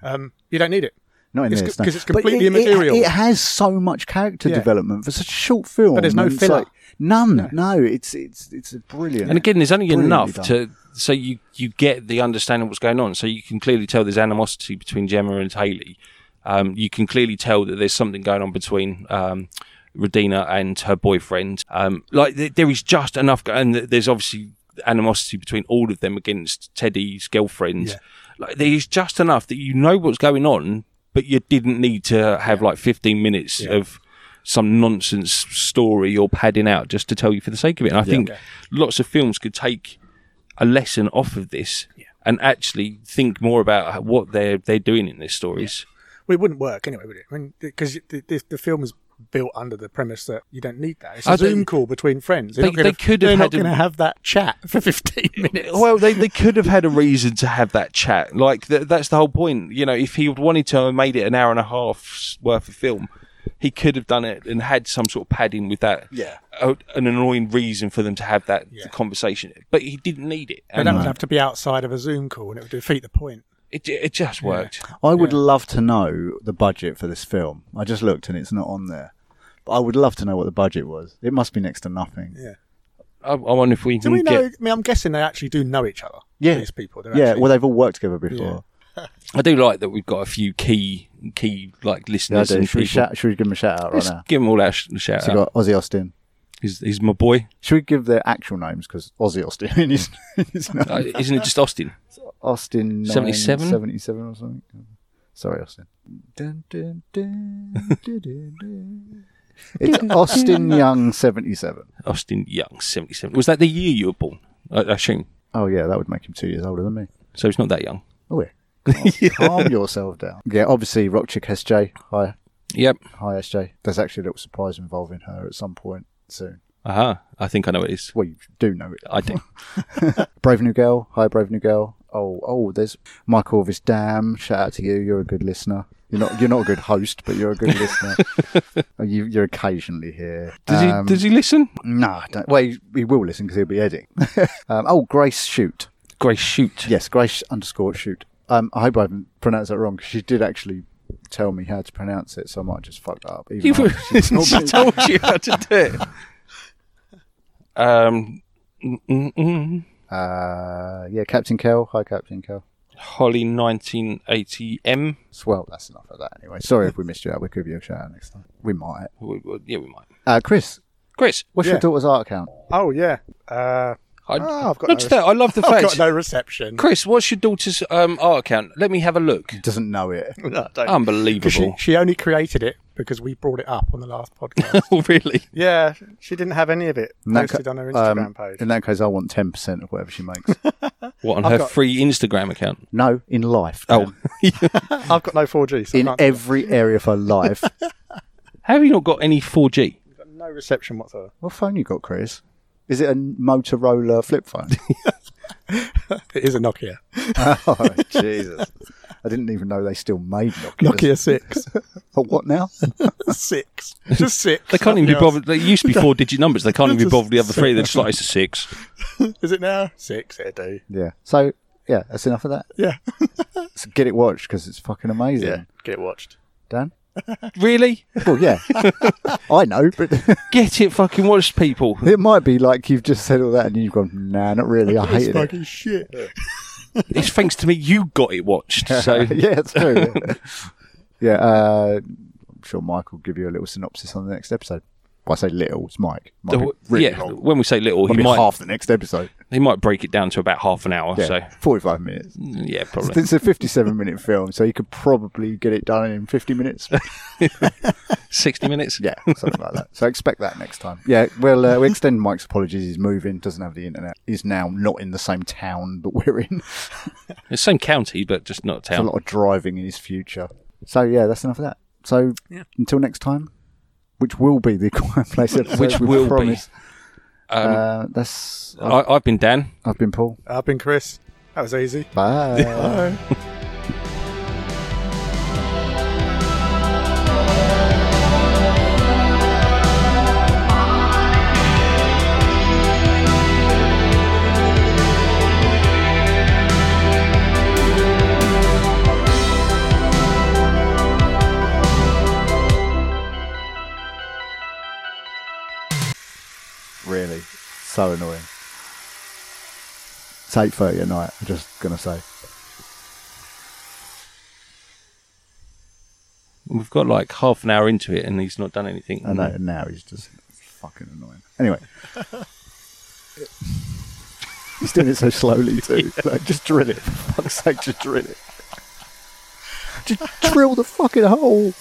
C: um, you don't need it.
A: Not in
C: It's
A: this,
C: co-
A: no.
C: 'cause it's
A: But
C: completely
A: it- it-
C: immaterial.
A: It, has so much character
C: Yeah.
A: development for such a short film.
C: But there's no
A: and it's
C: filler.
A: like- none. No. it's it's it's a brilliant.
B: And again, there's only
A: Brilliantly
B: enough
A: done.
B: to so you you get the understanding of what's going on. So you can clearly tell there's animosity between Gemma and Haley. Um, you can clearly tell that there's something going on between um, Radina and her boyfriend. Um, like th- there is just enough, go- and th- there's obviously animosity between all of them against Teddy's girlfriend.
C: Yeah.
B: Like there is just enough that you know what's going on, but you didn't need to have like 15 minutes of some nonsense story or padding out just to tell you for the sake of it. And I think lots of films could take a lesson off of this and actually think more about what they're they're doing in their stories.
C: Well, it wouldn't work anyway, would it? I mean, because the, the, the film is built under the premise that you don't need that. It's a
B: I don't-
C: Zoom call between friends. They're
B: They-
C: not gonna-
B: they could have
C: they're not
B: had a-
C: going to have that chat for 15 minutes.
B: Well, they, they could have had a reason to have that chat. Like th- that's the whole point. You know, if he had wanted to have made it an hour and a half's worth of film, he could have done it and had some sort of padding with that.
A: Yeah.
B: a- an annoying reason for them to have that conversation, but he didn't need it,
C: But
B: and
C: that would have to be outside of a Zoom call, and it would defeat the point.
B: it it just worked.
A: I would love to know the budget for this film. I just looked and it's not on there. But I would love to know what the budget was. It must be next to nothing.
C: Yeah.
B: I, I wonder if we
C: Do
B: can
C: we know?
B: get.
C: I mean, I'm guessing they actually do know each other.
A: Yeah.
C: These people. They're
A: Yeah,
C: actually-
A: well, they've all worked together before.
B: I do like that we've got a few key key like
A: Yeah, I
B: listeners
A: do.
B: and
A: Should we,
B: people.
A: shout, should we give them a shout out right
B: Let's
A: now?
B: give them all our sh- shout
A: So
B: out.
A: you got Ozzy Austin,
B: He's, he's my boy.
A: Should we give their actual names? Because Aussie Austin is his name.
B: Uh, isn't it just Austin?
A: Austin
B: 77?
A: 77 or something. Sorry, Austin. Dun, dun, dun, dun, dun, dun. It's Austin Young 77.
B: Austin Young, 77. Was that the year you were born? I, I assume.
A: Oh, yeah, that would make him two years older than me.
B: So he's not that young.
A: Oh, yeah. Calm yourself down. Yeah, obviously, Rock Chick SJ. Hi,
B: Yep.
A: hi, SJ. There's actually a little surprise involving her at some point soon.
B: Uh-huh. I think I know it is.
A: Well, you do know it.
B: I do.
A: Brave New Girl. Hi, Brave New Girl. Oh, oh, there's Michael Orvis Dam. Shout out to you. You're a good listener. You're not, you're not a good host, but you're a good listener. you, you're occasionally here.
B: Does
A: Um,
B: he, does he listen?
A: No, I don't. Well, he, he will listen because he'll be editing. um, oh, Grace Shoot.
B: Grace Shoot.
A: Yes, Grace underscore Shoot. Um, I hope I haven't pronounced that wrong because she did actually tell me how to pronounce it, so I might just fuck that up. even
B: You
A: though
B: were,
A: she's not
B: I
A: been-
B: told you how to do it. Um, mm, mm, mm.
A: uh, yeah, Captain Kell. Hi, Captain Kell.
B: Holly 1980M.
A: Swell, that's enough of that anyway. Sorry if we missed you out. We could be a shout out next time. We might.
B: We- we- Yeah, we might.
A: Uh, Chris,
B: Chris.
A: what's
D: Yeah.
A: your daughter's art account?
D: Oh yeah. Uh,
B: I,
D: Ah, I've got
B: not
D: no-
B: just that. I love the
D: I've
B: fact.
D: got no reception.
B: Chris, what's your daughter's um, art account? Let me have a look.
A: Doesn't know it.
D: No, I don't. 'Cause she,
B: Unbelievable.
D: she only created it because we brought it up on the last podcast.
B: oh, really?
D: yeah.
C: She didn't have any of it
A: In that
D: Posted
A: ca-
D: on her Instagram
A: um,
D: page.
A: In that case, I want ten percent of whatever she makes.
B: What, on
D: I've
B: her
D: got-
B: free Instagram account?
A: no, in life.
B: Oh,
D: I've got no 4G, so
A: in
D: I can't,
A: every area of her life.
B: have you not got any 4G?
D: I've got no reception whatsoever.
A: what phone you got, Chris? Is it a Motorola flip phone?
D: It is a Nokia.
A: oh, Jesus. I didn't even know they still made Nokia.
D: Nokia six.
A: But what now?
D: six. Just six.
B: They can't
D: nothing
B: even be
D: else.
B: bothered. They used to be four digit numbers. They can't even be
D: Just
B: bothered with the other three. They're just like, it's a six.
D: Is it now? Six. It do.
A: Yeah. So, yeah, that's enough of that.
D: Yeah.
A: So get it watched because it's fucking amazing.
C: Yeah, get it watched.
A: Dan?
B: Really?
A: Well, yeah. I know, but
B: Get it fucking watched, people.
A: it might be like you've just said all that and you've gone, nah, not really. I
D: It's
A: hated it.
D: fucking shit.
B: It's thanks to me you got it watched. So
A: yeah, that's true. yeah. yeah, uh, I'm sure Mike will give you a little synopsis on the next episode. Well, I say little, it's Mike. Might be really
B: yeah,
A: long.
B: when we say little,
A: Might
B: he
A: be
B: might
A: half the next episode.
B: he might break it down to about half an hour.
A: Yeah,
B: So
A: 45 minutes.
B: yeah,
A: It's,
B: probably.
A: it's a 57 minute film, so you could probably get it done in 50 minutes.
B: 60 minutes?
A: yeah, something like that. So expect that next time. Yeah, well, uh, we extend Mike's apologies. He's moving, doesn't have the internet. He's now not in the same town that we're in.
B: It's same county, but just not a
A: There's a
B: town.
A: lot of driving in his future. So yeah, that's enough of that. So until next time, which will be the Quiet Place episode,
B: Which
A: we
B: will be.
A: promise.
B: Um,
A: uh, that's. I've,
B: I, I've been Dan.
A: I've been Paul.
D: I've been Chris. That was easy.
A: Bye. really, so annoying. It's eight thirty at night. I'm just gonna say.
B: We've got like half an hour into it and he's not done anything.
A: I know now he's just fucking annoying. Anyway, he's doing it so slowly too. Like, just drill it. For fuck's sake, just drill it. Just drill the fucking hole.